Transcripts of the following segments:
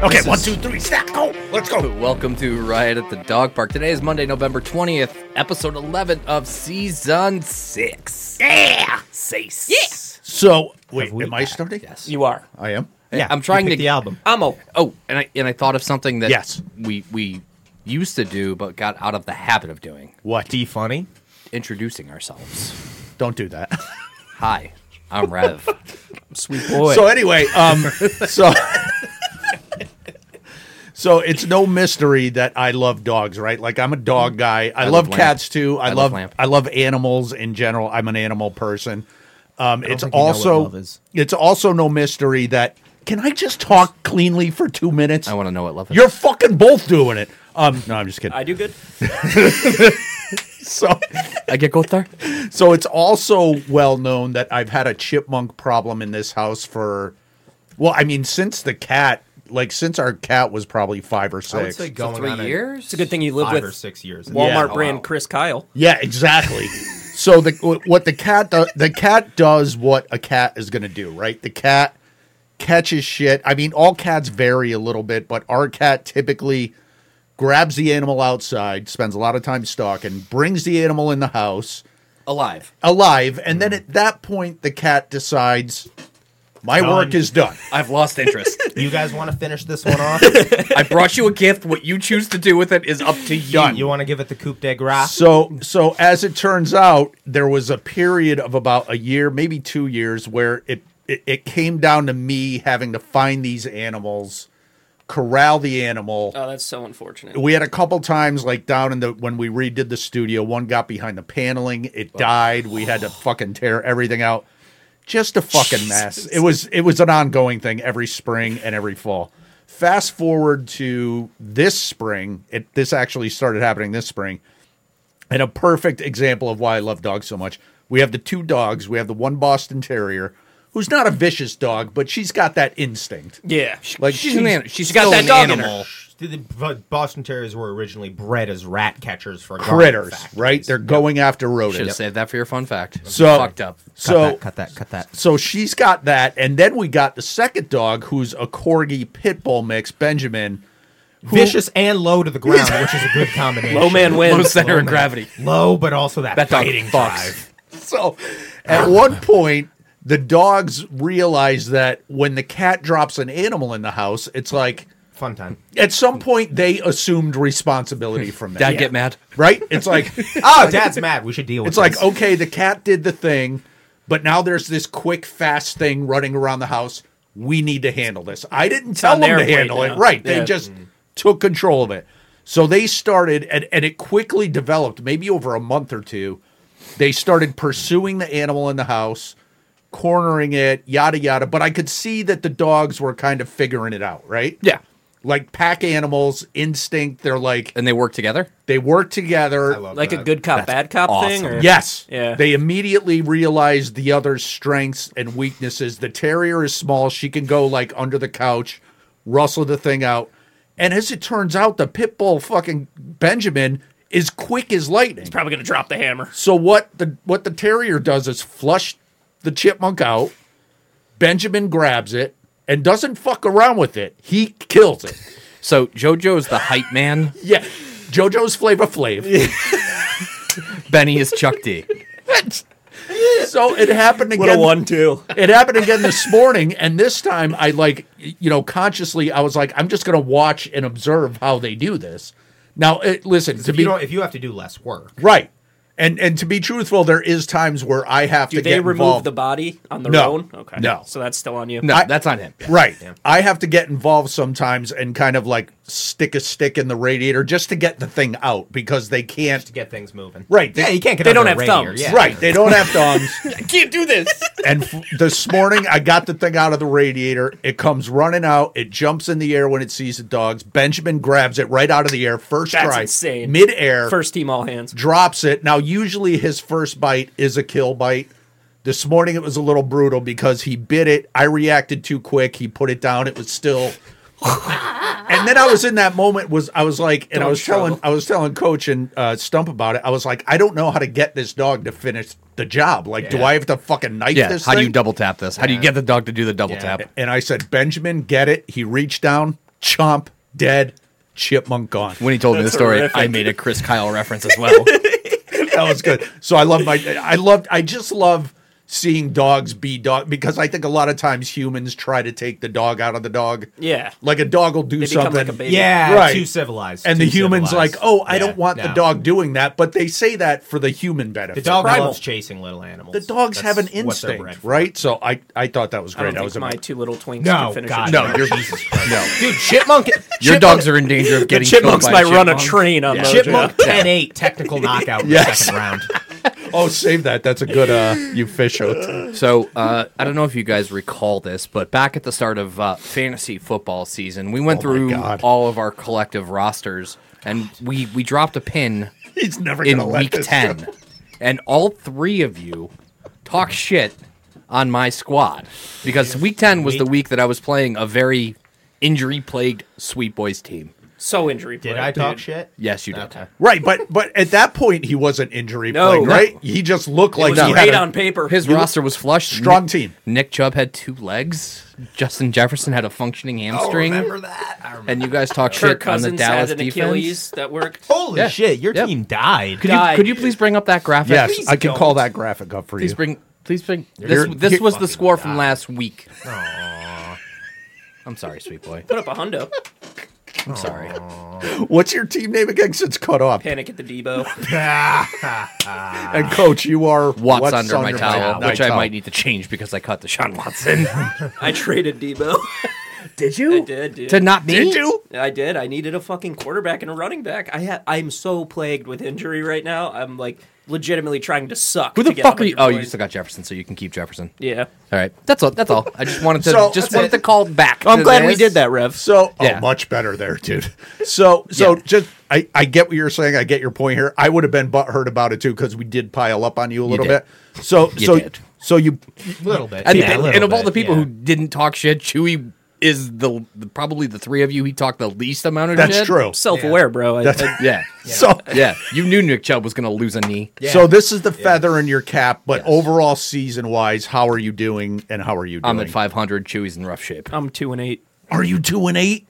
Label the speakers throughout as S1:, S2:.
S1: Okay,
S2: This
S1: one,
S2: is-
S1: two, three, snap, go. Let's go.
S2: Welcome to Riot at the Dog Park. Today is Monday, November 20th, episode 11 of season 6.
S1: Yeah. Say yes. So, wait, am I starting?
S2: Yes.
S3: You are.
S1: I am.
S2: Yeah, I'm trying to
S4: you picked the album.
S3: Amo.
S2: Oh, and I and I thought of something that
S1: Yes.
S2: we we used to do but got out of the habit of doing,
S1: What?
S4: D funny.
S2: introducing ourselves.
S1: Don't do that.
S2: Hi, I'm Rev.
S4: Sweet boy.
S1: So anyway, um, so so it's no mystery that I love dogs, right? Like I'm a dog guy. I, love,
S2: love lamp.
S1: cats too. I,
S2: I love
S1: love,
S2: lamp.
S1: I love animals in general. I'm an animal person. Um, it's
S4: think you know what
S1: also
S4: love is.
S1: it's also no mystery that can I just talk cleanly for two minutes?
S2: I want to know what love is.
S1: You're fucking both doing it. Um, no, I'm just kidding.
S3: I do good.
S1: so
S2: I get go there.
S1: so it's also well known that I've had a chipmunk problem in this house for, well, I mean, since the cat, like since our cat was probably five or
S4: I would
S1: six.
S4: say going
S2: Three
S4: on a-
S2: years.
S3: It's a good thing you live
S4: five
S3: with
S4: or six years.
S3: Walmart
S1: Yeah.
S3: brand
S2: Wow.
S3: Chris Kyle.
S1: yeah, exactly. so the what the cat do, the cat does what a cat is going to do, right? The cat catches shit. I mean, all cats vary a little bit, but our cat typically grabs the animal outside, spends a lot of time stalking, brings the animal in the house.
S2: alive.
S1: alive, and then at that point the cat decides my
S4: Done.
S1: work is done.
S2: I've lost interest.
S4: You guys want to finish this one off?
S2: I brought you a gift. What you choose to do with it is up to you.
S4: you want to give it the coup de grace?
S1: So so as it turns out, there was a period of about a year, maybe two years, where it it, it came down to me having to find these animals, corral the animal.
S3: Oh, that's so unfortunate.
S1: we had a couple times like down in the when we redid the studio one got behind the paneling it died we had to fucking tear everything out just a fucking mess it was it was an ongoing thing every spring and every fall fast forward to this spring it this actually started happening this spring and a perfect example of why I love dogs so much. We have the two dogs. We have the one Boston Terrier, who's not a vicious dog, but she's got that instinct.
S3: yeah.
S1: Like
S2: She's an animal. She's
S3: got
S2: still
S3: that
S2: an
S3: dog in her.
S2: animal.
S4: The the Boston Terriers were originally bred as rat catchers for garden
S1: critters,
S4: factories.
S1: right? They're going after rodents.
S2: Should have saved that for your fun fact.
S1: So
S2: fucked up.
S4: Cut
S1: So
S4: that, cut that, cut that.
S1: so she's got that, and then we got the second dog, who's a corgi pit bull mix, Benjamin. who-
S4: Vicious and low to the ground, which is a good combination.
S3: Low man
S2: Low
S3: wins.
S2: center of gravity.
S4: Low, but also that,
S2: That dog
S4: fighting
S2: fucks.
S4: drive.
S1: So at one point, the dogs realize that when the cat drops an animal in the house, it's like
S4: Fun time.
S1: at some point they assumed responsibility from that.
S2: Dad get mad.
S1: Right? It's like "Ah,
S4: Oh, Dad's mad. We should deal with
S1: It's like, oh,
S4: this.
S1: okay, the cat did the thing, but now there's this quick, fast thing running around the house. We need to handle this. I didn't tell
S3: on
S1: them
S3: their
S1: to
S3: plate
S1: handle it.
S3: now.
S1: Right. They
S3: Yeah. Mm.
S1: just took control of it. So they started, and, and it quickly developed, maybe over a month or two. They started pursuing the animal in the house, cornering it, yada, yada. But I could see that the dogs were kind of figuring it out, right?
S2: Yeah.
S1: Like pack animals, instinct. They're like,
S2: And they work together.
S1: they work together.
S4: I love
S3: Like a
S4: that.
S3: good cop, bad cop
S2: awesome.
S3: thing? Or?
S1: Yes.
S3: Yeah.
S1: They immediately realize the other's strengths and weaknesses. The terrier is small. She can go like under the couch, rustle the thing out. And as it turns out, the pit bull fucking Benjamin is quick as lightning.
S3: Probably going to drop the hammer.
S1: So what the what the terrier does is flush the chipmunk out. Benjamin grabs it and doesn't fuck around with it. He kills it.
S2: So JoJo's the hype man.
S1: Yeah. JoJo's Flavor Flav.
S2: Benny is Chuck D.
S1: so it happened again.
S3: two.
S1: it happened again this morning and this time i like you know consciously i was like i'm just gonna watch and observe how they do this now it, listen to
S4: If
S1: be
S4: you, don't, if you have to do less work,
S1: right and and to be truthful there is times where i have
S3: Do
S1: to
S3: they
S1: get
S3: remove
S1: involved
S3: the body on their
S1: No.
S3: own? Okay.
S1: No.
S3: So that's still on you.
S2: No,
S1: I-
S2: that's on him.
S1: right i have to get involved sometimes and kind of like stick a stick in the radiator just to get the thing out because they can't
S4: to get things moving.
S1: Right, they-
S4: yeah, you can't get
S3: they
S4: under
S3: don't
S4: a
S3: have
S4: radiator,
S3: thumbs.
S4: Yeah.
S1: right they don't have thumbs
S3: I can't do this.
S1: And f- this morning, I got the thing out of the radiator. It comes running out. It jumps in the air when it sees the dogs. Benjamin grabs it right out of the air, first
S3: That's
S1: try,
S3: insane.
S1: mid air,
S3: First team all hands.
S1: drops it. Now, usually his first bite is a kill bite. This morning, it was a little brutal because he bit it. I reacted too quick. He put it down. It was still. and then I was in that moment. Was I was like, and I
S3: Don't
S1: was telling,
S3: struggle.
S1: I was telling Coach and uh, Stump about it. I was like, I don't know how to get this dog to finish the job. Like, do
S4: Yeah.
S1: I have to fucking knife
S2: Yeah.
S1: this?
S2: How do
S1: thing?
S2: you double tap this? How do you get the dog to do the double
S4: Yeah.
S2: tap?
S1: And I said, Benjamin, get it. He reached down, chomp, dead, chipmunk gone.
S2: When he told me the
S3: That's
S2: story,
S3: horrific.
S2: I made a Chris Kyle reference as well.
S1: that was good. So I love my, I loved, I just love seeing dogs be dog because I think a lot of times humans try to take the dog out of the dog.
S3: Yeah.
S1: Like a dog will do
S3: They become
S1: something.
S3: like a baby.
S4: Yeah,
S1: Right.
S4: too civilized.
S1: And
S4: too
S1: the human's
S4: civilized.
S1: like, oh, I
S4: Yeah,
S1: don't want the
S4: no.
S1: dog doing that, but they say that for the human benefit.
S4: The dog
S3: primal.
S4: loves chasing little animals.
S1: the dogs have
S4: That's
S1: an
S4: what they're bred
S1: instinct,
S4: for.
S1: right? So I, I thought that was
S3: I
S1: great.
S3: don't
S1: That
S3: think
S1: was
S3: my
S1: amazing.
S3: two little twinks
S4: No,
S3: can finish
S4: God,
S3: it.
S4: no, you're
S2: no,
S4: Dude, chipmunk.
S2: your
S4: chipmunk-
S2: dogs are in danger of
S3: The
S2: getting
S3: chipmunks
S2: killed by
S3: might run a
S2: chipmunk.
S3: train on those.
S4: Chipmunk
S3: yeah.
S4: 10 8 technical knockout in the
S1: Yes.
S4: second round.
S1: Oh, save that. That's a good uh, you fish out.
S2: So uh, I don't know if you guys recall this, but back at the start of uh, fantasy football season, we went through
S1: God.
S2: all of our collective rosters, and we we dropped a pin
S1: He's never
S2: in
S1: gonna let
S2: week
S1: this
S2: ten,
S1: go.
S2: and all three of you talk shit on my squad because week ten was the week that I was playing a very injury plagued Sweet Boys team.
S3: So injury.
S4: Did
S3: plagued,
S4: I talk
S3: dude.
S4: shit?
S2: Yes, you did.
S1: Right, but but at that point he wasn't injury
S3: No,
S1: plagued,
S3: no.
S1: right? He just looked
S3: It
S1: like
S3: was
S1: he had
S3: great
S1: a-
S3: on paper.
S2: His roster was flushed.
S1: Strong
S2: Nick-
S1: team.
S2: Nick Chubb had two legs. Justin Jefferson had a functioning
S1: Oh,
S2: hamstring.
S4: that? I remember.
S2: and you guys talk
S3: Kirk
S2: shit on the
S3: Cousins had
S2: Dallas
S3: an
S2: defense.
S3: Achilles that worked.
S4: Holy
S2: Yeah.
S4: shit, your
S2: Yep.
S4: team died.
S2: Could you,
S3: Died.
S2: could you please bring up that graphic?
S1: Yes,
S2: please,
S1: I can call that graphic up for
S2: please
S1: you.
S2: bring. Please bring. This,
S1: You're-
S2: this
S1: you're
S2: was the
S4: fucking
S2: score from
S4: die.
S2: last week. I'm sorry, sweet boy.
S3: Put up a hundo.
S2: I'm sorry.
S1: What's your team name again? Since it's cut off.
S3: Panic at the Debo.
S1: And coach, you are
S2: What's, under, my towel,
S1: my
S2: which I
S1: towel.
S2: might need to change because I cut Deshaun Watson.
S3: I traded Debo.
S2: did you?
S3: I did, dude.
S2: To not me?
S1: Did you?
S3: I did. I needed a fucking quarterback and a running back. I ha- I'm so plagued with injury right now. I'm like legitimately trying to suck.
S2: Who
S3: to
S2: the
S3: get
S2: fuck are you?
S3: 100
S2: Oh, you
S3: points.
S2: still got Jefferson, so you can keep Jefferson.
S3: Yeah.
S2: All right. That's all. That's all. I just wanted to
S1: So,
S2: just
S1: that's
S2: wanted
S1: it.
S2: to call back. to this.
S3: that, Rev.
S1: So
S2: Yeah.
S1: oh, much better there, dude. So so
S2: Yeah.
S1: just I, I get what you're saying. I get your point here. I would have been butthurt about it too because we did pile up on you a little
S2: did.
S1: bit. So
S2: You
S1: so
S2: did.
S1: so you
S4: A little bit.
S2: And,
S4: yeah, a
S2: and,
S4: little
S2: and of all
S4: bit,
S2: the people
S4: yeah.
S2: who didn't talk shit, Chewy is the, the- probably the three of you he talked the least amount of
S1: That's
S2: shit.
S1: true.
S3: Self aware, bro. I,
S1: That's-
S3: I-
S2: Yeah.
S1: so
S2: yeah. You knew Nick Chubb was going to lose a knee.
S4: Yeah.
S1: so this is the feather in your cap, but overall season wise, how are you doing? And how are you doing?
S2: I'm at 500. Chewy's in rough shape.
S3: I'm two and eight.
S1: Are you two and eight?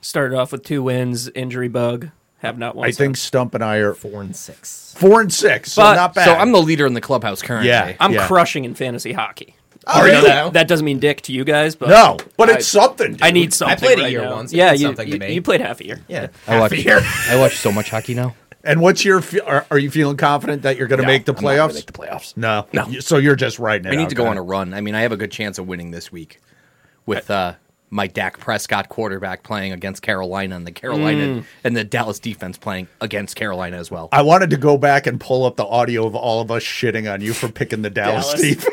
S3: Started off with two wins, injury bug. Have not won.
S1: I think Stump and I are
S4: four and six.
S1: four and six, so
S3: But-
S1: not bad.
S2: So I'm the leader in the clubhouse currently.
S1: Yeah.
S3: I'm
S1: yeah.
S3: crushing in fantasy hockey.
S4: Are
S3: I know That, that doesn't mean dick to you guys, but
S1: no, but it's something. Dude.
S3: I need something.
S4: played a
S3: right
S4: year
S3: now.
S4: once. It
S3: Yeah,
S4: means
S3: you,
S4: something to
S3: you,
S4: me.
S3: you played half a year.
S4: Yeah.
S2: I
S4: Half
S2: watch,
S4: a year.
S2: I watch so much hockey now.
S1: And what's your? fe- Are, are you feeling confident that you're going to make the
S2: I'm not gonna
S1: playoffs?
S2: Make the playoffs.
S1: No, no. So you're just riding it.
S2: I need to go on
S1: a.
S2: a run. I mean, I have a good chance of winning this week with uh, my Dak Prescott quarterback playing against Carolina and the Carolina and the Dallas defense playing against Carolina as well.
S1: Mm. I wanted to go back and pull up the audio of all of us shitting on you for picking the Dallas,
S3: Dallas.
S1: Steve.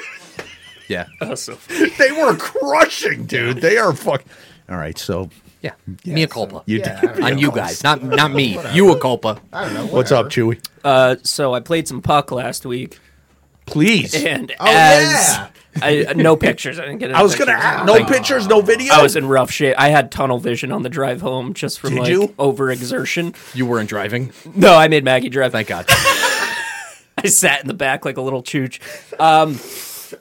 S2: yeah.
S1: they were crushing, dude. They are fuck. All right, so
S2: Yeah. Mea culpa.
S1: you
S4: Yeah,
S1: did.
S2: on you guys, not not me. You a culpa.
S4: I don't know.
S1: What's up, Chewy?
S3: Uh, so I played some puck last week,
S1: Please.
S3: and
S4: Oh,
S3: as
S4: yeah.
S3: I, no pictures, I didn't get. Any
S1: I was gonna
S3: pictures.
S1: ask. No pictures, no video.
S3: I was in rough shape. I had tunnel vision on the drive home just from
S1: Did
S3: like
S1: you?
S3: overexertion.
S2: You weren't driving.
S3: No, I made Maggie drive.
S2: Thank God.
S3: I sat in the back like a little chooch. Um,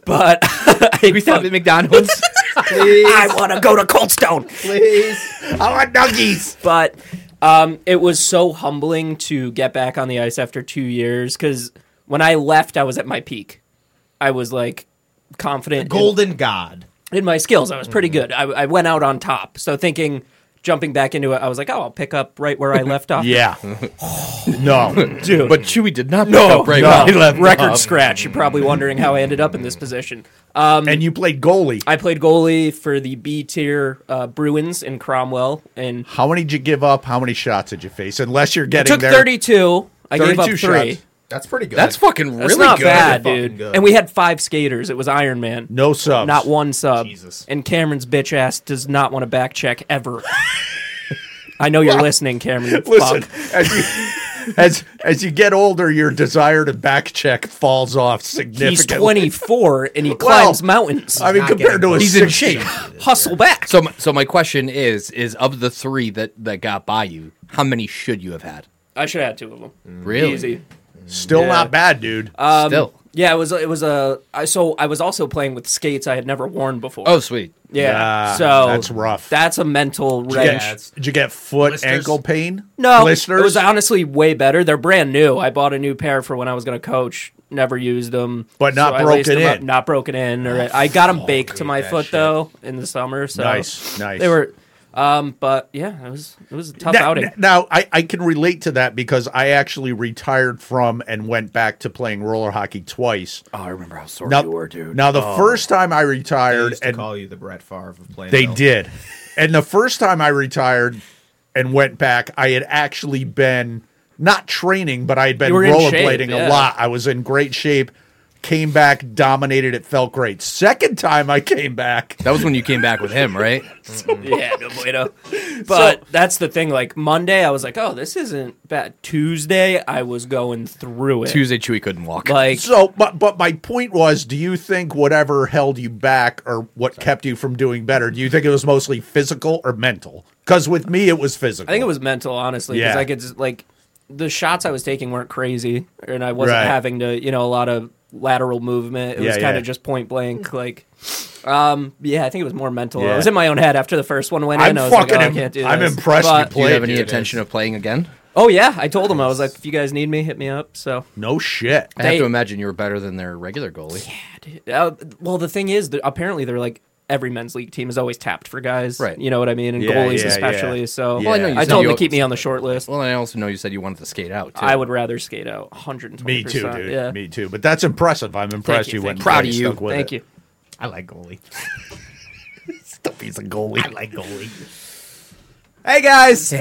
S3: but I,
S2: We stopped at McDonald's.
S3: I want to go to Coldstone.
S4: Please.
S1: I want nuggies.
S3: but um, it was so humbling to get back on the ice after two years because when I left, I was at my peak. I was like confident, in-
S4: Golden God.
S3: in, my skills. I was
S1: Mm-hmm.
S3: pretty good. I, I went out on top. So thinking, jumping back into it, I was like, oh, I'll pick up right where I left off.
S1: Yeah. no.
S3: dude.
S2: But Chewy did not pick
S1: Oh,
S3: no,
S2: up right
S3: no.
S2: away.
S3: record scratch. You're probably wondering how I ended up in this position.
S1: and you played goalie.
S3: I played goalie for the B tier uh, Bruins in Cromwell, and
S1: How many did you give up? How many shots did you face? Unless you're
S3: I
S1: getting
S3: took
S1: there.
S3: 32. I gave up
S1: 32
S3: three.
S1: shots.
S4: That's pretty good.
S2: That's fucking
S3: That's
S2: really
S3: not
S2: good.
S3: bad,
S4: Fucking
S3: dude.
S4: good.
S3: And we had five skaters. It was Iron Man.
S1: No subs.
S3: Not one sub.
S4: Jesus.
S3: And Cameron's bitch ass does not want to back check ever. I know you're listening, Cameron. you
S1: Listen,
S3: fuck.
S1: as you, as as you get older, your desire to back check falls off significantly.
S3: he's 24 and he climbs mountains.
S1: I mean,
S4: Not
S1: compared
S4: getting
S1: to a
S4: close.
S2: He's in
S1: six-
S2: shape.
S3: hustle back.
S2: So, my, so my question is: is of the three that that got by you, how many should you have had?
S3: I should have had two of them.
S2: Mm. Really?
S3: Easy.
S1: Still
S3: Yeah.
S2: Uh,
S1: not bad, dude.
S2: Still,
S3: Yeah, it was it was a I so I was also playing with skates I had never worn before.
S2: Oh, sweet.
S3: yeah.
S1: Ah,
S3: so
S1: that's rough.
S3: That's a mental
S1: Did you
S3: wrench.
S1: get-
S4: it's-
S1: did you get foot
S4: Blisters?
S1: ankle pain?
S3: No,
S1: blisters.
S3: it was honestly way better. They're brand new. I bought a new pair for when I was going to coach. Never used them,
S1: But not
S3: I laced
S1: broken
S3: them up-
S1: in.
S3: Not broken in, or I got them baked to my
S4: that
S3: foot
S4: shit.
S3: though in the summer. So
S1: Nice, nice.
S3: They were, um, but yeah, it was it was a tough
S1: now,
S3: outing.
S1: now, I, I can relate to that because I actually retired from and went back to playing roller hockey twice.
S2: Oh, I remember how sore
S1: Now,
S2: you were, dude.
S1: now the first time I
S4: They
S1: retired
S4: used to
S1: and
S4: call you the Brett Favre of playing.
S1: They did. And the first time I retired and went back, I had actually been not training, but I had been
S3: You were in
S1: rollerblading
S3: shape,
S1: a
S3: yeah.
S1: lot. I was in great shape. Came back, dominated. It felt great. Second time I came back,
S2: That was when you came back with him, right?
S3: yeah, no bueno. But that's the thing. Like Monday, I was like, oh, this isn't bad. Tuesday, I was going through it.
S2: Tuesday, Chewy couldn't walk.
S3: Like
S1: so but but my point was, do you think whatever held you back or what kept you from doing better? Do you think it was mostly physical or mental? Because with me, it was physical.
S3: I think it was mental, honestly, because
S1: Yeah.
S3: I could just, like the shots I was taking weren't crazy, and I wasn't
S1: Right.
S3: having to you know a lot of lateral movement. It was
S1: Yeah,
S3: kind
S1: yeah.
S3: of just point blank, like. Um. Yeah, I think it was more mental.
S1: Yeah.
S3: I was in my own head after the first one went
S1: I'm
S3: in. I was
S1: fucking.
S3: Like, oh, I
S1: im-
S3: can't do
S1: I'm
S3: this.
S1: impressed.
S3: But-
S1: you
S2: Do you
S1: played.
S2: have any
S1: dude.
S2: intention of playing again?
S3: oh yeah, I told them I was like, if you guys need me, hit me up. So
S1: No shit.
S2: I have
S3: They-
S2: to imagine you were better than their regular goalie.
S3: Uh, well, the thing is, that apparently they're like every men's league team is always tapped for guys,
S2: Right.
S3: You know what I mean, and
S1: Yeah,
S3: goalies
S1: yeah,
S3: especially.
S1: yeah.
S3: So
S1: Well, I know you
S3: I
S2: said
S3: told
S2: you-
S3: them to keep me on the short list.
S2: Well, and I also know you said you wanted to skate out, too.
S3: I would rather skate out 120.
S1: Me too, dude.
S3: Yeah.
S1: Me too. But that's impressive. I'm impressed
S3: you,
S1: you, went
S3: thank
S2: you. Proud
S1: and
S2: of you.
S1: stuck with
S3: Thank
S1: it.
S3: you.
S4: I like goalie.
S1: He's a goalie.
S4: I like goalie.
S3: Hey guys.
S2: And,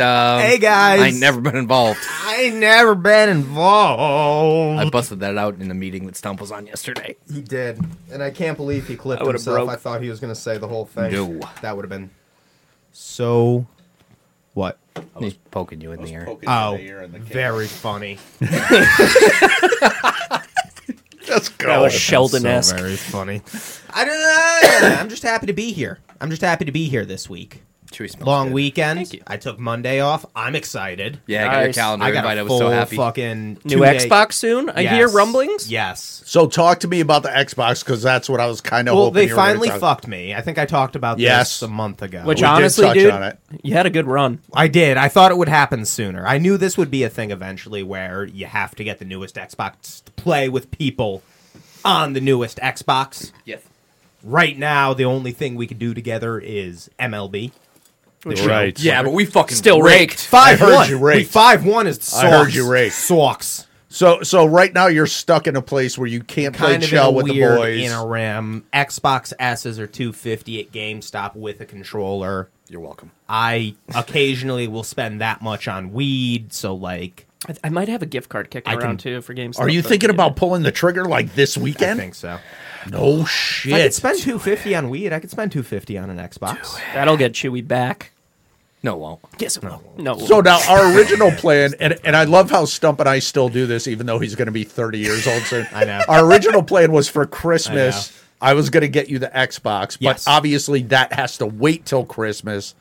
S2: um,
S4: Hey guys.
S2: I ain't never been involved.
S4: I ain't never been involved.
S2: I busted that out in a meeting that Stump was on yesterday.
S4: He did, and I can't believe he clipped
S3: I would've
S4: himself.
S3: broke.
S4: I thought he was going to say the whole thing.
S2: No.
S4: that would have been so. What?
S2: He's poking you in the air.
S4: Oh, very funny.
S1: Let's go.
S3: That was Sheldon
S4: So
S3: esque.
S4: very funny. I don't know. I'm just happy to be here. I'm just happy to be here this week.
S2: Chewy smells
S4: Long
S2: good.
S4: weekend.
S3: Thank you.
S4: I took Monday off. I'm excited.
S2: Yeah, I got your
S3: Nice.
S2: calendar
S4: I got
S2: invite.
S4: a
S2: I was
S4: full
S2: so happy.
S4: fucking
S3: New
S4: two-day-
S3: Xbox soon. I
S4: Yes.
S3: hear rumblings.
S4: Yes.
S1: So talk to me about the Xbox because that's what I was kind of
S4: Well,
S1: hoping.
S4: they
S1: you were gonna
S4: finally
S1: talk-
S4: fucked me. I think I talked about
S1: Yes.
S4: this a month ago.
S3: Which
S1: We did
S3: honestly,
S1: touch
S3: dude,
S1: on it.
S3: you had a good run.
S4: I did. I thought it would happen sooner. I knew this would be a thing eventually where you have to get the newest Xbox to play with people on the newest Xbox.
S2: Yes.
S4: Right now, the only thing we could do together is MLB.
S1: Right.
S2: Yeah, but we fucking
S3: Still raked.
S4: Five
S1: heard
S4: one.
S1: you rake.
S4: Five one is the
S1: I heard
S4: Sox.
S1: you rake.
S4: Sox.
S1: So so right now you're stuck in a place where you can't play
S4: Kind of in
S1: chill
S4: a
S1: with the
S4: weird
S1: boys.
S4: interim. Xbox S's are two fifty at GameStop with a controller.
S2: You're welcome.
S4: I occasionally will spend that much on weed, so like
S3: I, I might have a gift card kicking
S4: I can-
S3: around too for games.
S1: Are you thinking about pulling the trigger like this
S4: I
S1: weekend?
S4: think so.
S1: No
S4: If I could
S1: shit.
S4: spend two fifty on weed. I could spend two fifty on an Xbox.
S3: that'll get Chewy back?
S2: No, it won't.
S3: Yes, it will. No.
S1: So now our original plan, and, and I love how Stump and I still do this, even though he's going to be 30 years old soon.
S4: I know.
S1: Our original plan was for Christmas, I, was going to get you the Xbox,
S4: Yes.
S1: but obviously that has to wait till Christmas.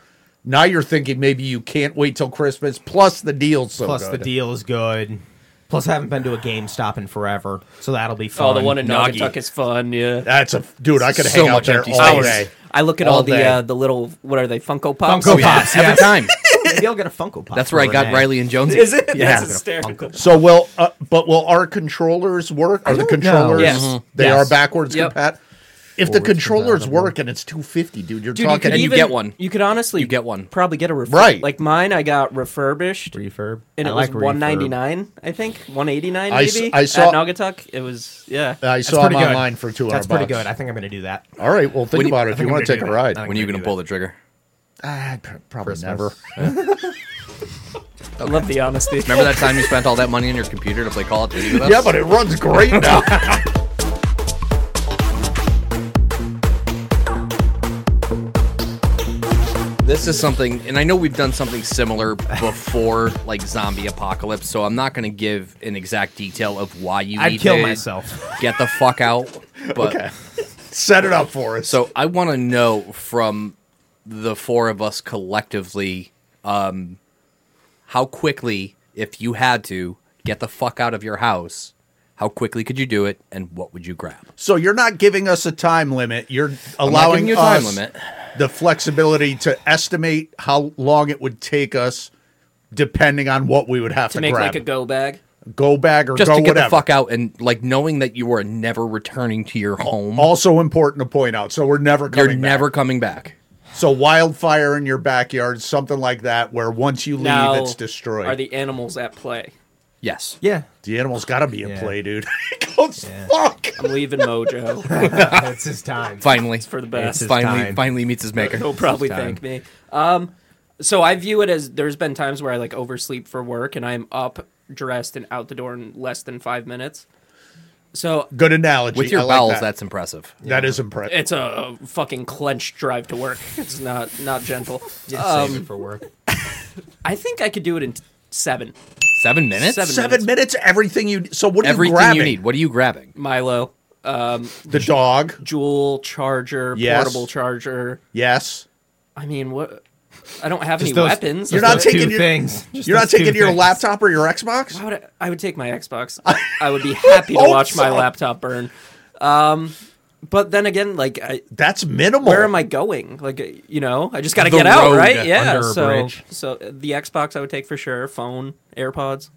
S1: Now you're thinking maybe you can't wait till Christmas, plus the deal's
S3: Oh,
S1: so
S4: Plus the
S1: good.
S4: deal is good. Plus I haven't been to a GameStop in forever, so that'll be fun.
S3: oh, the one in
S2: Noggy.
S3: Naugatuck is fun. Yeah.
S1: That's a dude. I could
S2: So
S1: hang out
S2: much
S1: there
S2: empty
S1: all
S2: space.
S1: day.
S3: I look at
S1: All
S3: all, the
S1: day.
S3: uh, the little what are they Funko Pops?
S4: Funko
S3: Oh, yeah.
S4: Pops.
S2: Every time.
S4: Maybe I'll get a Funko Pop.
S2: That's where I
S4: for
S2: got
S4: Renee.
S2: Riley and Jonesy.
S3: Is it?
S1: Yeah.
S3: That's hysterical.
S1: So will, uh, but will our controllers work? Are the
S4: don't know.
S1: controllers
S3: Yes. Mhm.
S1: they
S4: Yes.
S1: are backwards
S3: Yep.
S1: compatible? If the controllers work and it's 250, dude, you're
S3: Dude, you
S1: talking
S3: could
S2: And you
S3: even,
S2: get one.
S3: You could honestly
S2: You get one.
S3: Probably get a refurb.
S1: Right.
S3: Like mine, I got refurbished.
S4: refurb,
S3: and
S4: I
S3: it
S4: like
S3: was
S4: refurb.
S3: one ninety nine, I think one eighty nine
S1: I s-
S3: maybe.
S1: I saw-
S3: at Naugatuck. It was yeah.
S1: I
S4: That's
S1: saw him
S4: pretty good.
S1: online for two
S4: That's
S1: hours.
S4: pretty good. I think I'm gonna do that.
S1: All right, well, think
S2: When you-
S1: about
S4: I
S1: it if
S4: think
S1: you
S4: I'm
S1: want to
S4: gonna
S1: take a
S4: do it.
S1: ride.
S4: I think
S2: When are you
S4: I'm
S2: going to
S4: do
S2: pull
S4: that.
S2: the trigger?
S1: Ah, pr- probably
S4: Christmas.
S1: never.
S3: I love the honesty.
S2: Remember that time you spent all that money on your computer to play Call of Duty with us?
S1: Yeah, but it runs great now.
S2: This is something, and I know we've done something similar before, like zombie apocalypse. So I'm not going to give an exact detail of why you.
S4: I'd
S2: need
S4: kill
S2: to
S4: myself.
S2: Get the fuck out. But
S1: okay, set it up for us.
S2: so I want to know from the four of us collectively, um, how quickly, if you had to get the fuck out of your house, How quickly could you do it, and what would you grab?
S1: So you're not giving us a time limit. You're allowing
S2: giving you a time
S1: us
S2: limit.
S1: the flexibility to estimate how long it would take us, depending on what we would have to,
S3: to make
S1: grab.
S3: like a go bag.
S1: go bag or
S2: Just
S1: go
S2: to get
S1: whatever.
S2: the fuck out and like knowing that you are never returning to your home.
S1: also important to point out. So we're never coming.
S2: you're never coming back.
S1: Back. So wildfire in your backyard, something like that, where once you leave,
S3: Now,
S1: it's destroyed.
S3: Are the animals at play?
S2: Yes.
S4: Yeah.
S1: The animal's got to be in
S4: Yeah.
S1: play, dude. Goes, Fuck.
S3: I'm leaving Mojo
S4: That's his time.
S2: Finally.
S3: for the best.
S4: his
S2: finally
S4: time.
S2: finally meets his maker.
S3: He'll probably
S4: It's time.
S3: thank me. Um, so I view it as there's been times where I like oversleep for work and I'm up, dressed, and out the door in less than five minutes. So
S1: Good analogy.
S2: With your
S1: I like
S2: bowels,
S1: that.
S2: that's impressive.
S1: that is impressive.
S3: it's a fucking clenched drive to work. It's not not gentle. Uh,
S4: Save it for work.
S3: I think I could do it in t- seven.
S2: Seven minutes?
S3: Seven
S1: Seven minutes. Everything you. So what are you
S2: Everything
S1: grabbing?
S2: you need. What are you grabbing?
S3: Milo,
S1: The dog.
S3: Jewel charger,
S1: Yes.
S3: portable charger.
S1: Yes.
S3: I mean, what? I don't have any
S4: those-
S3: weapons.
S1: You're not
S4: Those
S1: taking
S4: two
S1: your-
S4: things. Just
S1: You're not
S4: those two
S1: taking your
S4: things.
S1: laptop or your Xbox.
S3: I would, I would take my Xbox. I would be happy to
S1: Hope
S3: watch my
S1: so.
S3: laptop burn. Um, but then again, like, I,
S1: That's minimal.
S3: where am I going? Like, uh, you know, I just got to
S2: The
S3: get out,
S2: road
S3: right? Yeah.
S4: under a
S3: so,
S4: bridge.
S3: so uh, the Xbox I would take for sure. Phone, AirPods.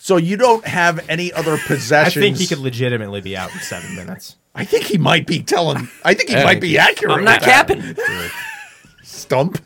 S1: So you don't have any other
S4: I
S1: possessions.
S4: think he could legitimately be out in seven minutes.
S1: I think he might be telling. I think he
S2: Hey.
S1: might be accurate.
S3: I'm not
S1: with that.
S3: capping.
S1: Stump.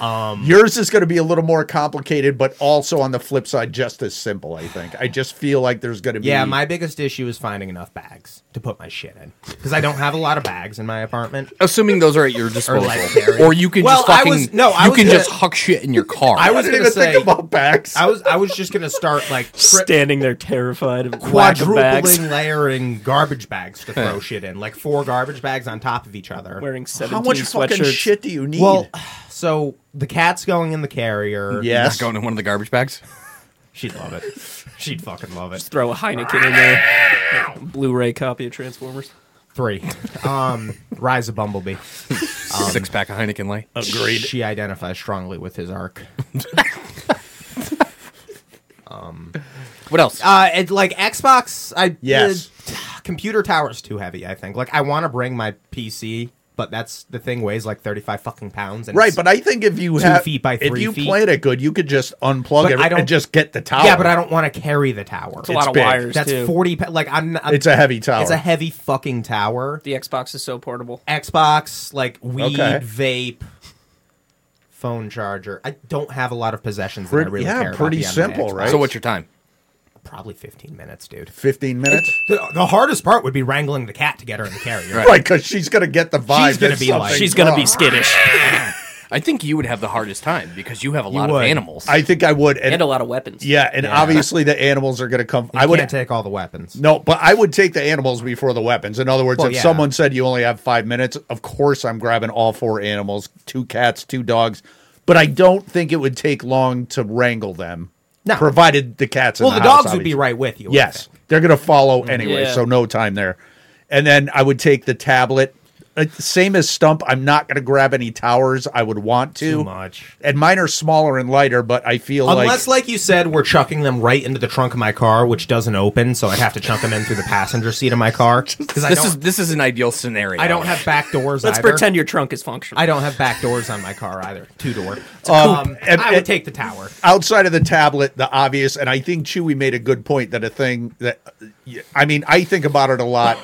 S1: Um, Yours is going to be a little more complicated, but also on the flip side, just as simple. I think. I just feel like there's going to be.
S4: Yeah, my biggest issue is finding enough bags to put my shit in because I don't have a lot of bags in my apartment.
S2: Assuming those are at your disposal.
S4: like carry.
S2: or you can
S4: Well,
S2: just
S4: I
S2: fucking
S4: was- no, I
S2: you
S4: was
S2: can
S4: gonna-
S2: just huck shit in your car.
S4: I
S1: I
S4: was
S1: didn't
S4: gonna
S1: even
S4: say
S1: think about backs.
S4: I was I was just gonna start like tri-
S3: Standing there terrified of lack of bags.
S4: quadrupling layering garbage bags to throw shit in, like four garbage bags on top of each other.
S3: Wearing 17
S1: How much fucking
S3: sweatshirts.
S1: shit do you need?
S4: Well, so the cat's going in the carrier.
S1: yes.
S2: going in one of the garbage bags.
S4: she'd love it. She'd fucking love it.
S3: Throw a Heineken in there. Blu-ray copy of Transformers.
S4: Three. Um, Rise of Bumblebee. Um,
S2: Six pack of Heineken Light.
S4: uh,
S1: Agreed.
S4: She identifies strongly with his arc.
S2: What else?
S4: Uh, it's like Xbox. I
S1: Yes.
S4: uh, computer tower's too heavy. I think. Like I want to bring my PC, but that's the thing weighs like thirty five fucking pounds. And
S1: Right,
S4: it's-
S1: but I think if you have
S4: feet by
S1: if
S4: three
S1: you
S4: feet.
S1: played it good, you could just unplug
S4: But
S1: it
S4: I don't-
S1: and just get the tower.
S4: yeah, but I don't want to carry the tower.
S3: It's a lot of
S1: big.
S3: wires
S4: That's
S3: too.
S4: forty. Pa- like I'm. i
S1: It's a heavy tower.
S4: It's a heavy fucking tower.
S3: the Xbox is so portable.
S4: Xbox, like weed,
S1: Okay.
S4: vape, phone charger. I don't have a lot of possessions that I
S1: Pretty-
S4: really
S1: yeah,
S4: care about
S1: pretty
S4: beyond my
S1: simple,
S4: Xbox.
S1: right?
S2: So what's your time?
S4: Probably 15 minutes, dude.
S1: Fifteen minutes.
S4: The, the hardest part would be wrangling the cat to get her in the carrier.
S2: Right.
S1: Right, because she's gonna get the vibe.
S4: gonna
S1: that
S4: be like-
S1: something's
S4: She's
S1: wrong.
S3: skittish
S2: I think you would have the hardest time because you have a lot of
S4: would.
S2: animals.
S1: I think I would, and,
S3: and a lot of weapons.
S1: yeah, and
S4: Yeah.
S1: obviously the animals are gonna come. I
S4: I
S1: would
S4: would take all the weapons.
S1: no, but I would take the animals before the weapons. In other words,
S4: Well,
S1: if
S4: yeah.
S1: someone said you only have five minutes, of course I'm grabbing all four animals: two cats, two dogs. But I don't think it would take long to wrangle them,
S4: No.
S1: provided the cats.
S4: Well,
S1: in
S4: the,
S1: the, house,
S4: dogs would
S1: obviously.
S4: be right with you. I
S1: Yes,
S4: think.
S1: they're going to follow anyway,
S3: Yeah.
S1: so no time there. And then I would take the tablet. Uh, Same as Stump, I'm not going to grab any towers. I would want to.
S4: Too much.
S1: And mine are smaller and lighter, but I feel
S4: Unless,
S1: like
S4: like you said, we're chucking them right into the trunk of my car, which doesn't open, so I'd have to chuck them in through the passenger seat of my car. Because I
S2: this
S4: don't,
S2: is this is an ideal scenario.
S4: I don't have back doors.
S3: Let's
S4: either.
S3: pretend your trunk is functional.
S4: I don't have back doors on my car either. Two door. um,
S1: and-
S4: I would
S1: and-
S4: take the tower.
S1: outside of the tablet, the obvious. And I think Chewy made a good point that a thing that I mean, I think about it a lot,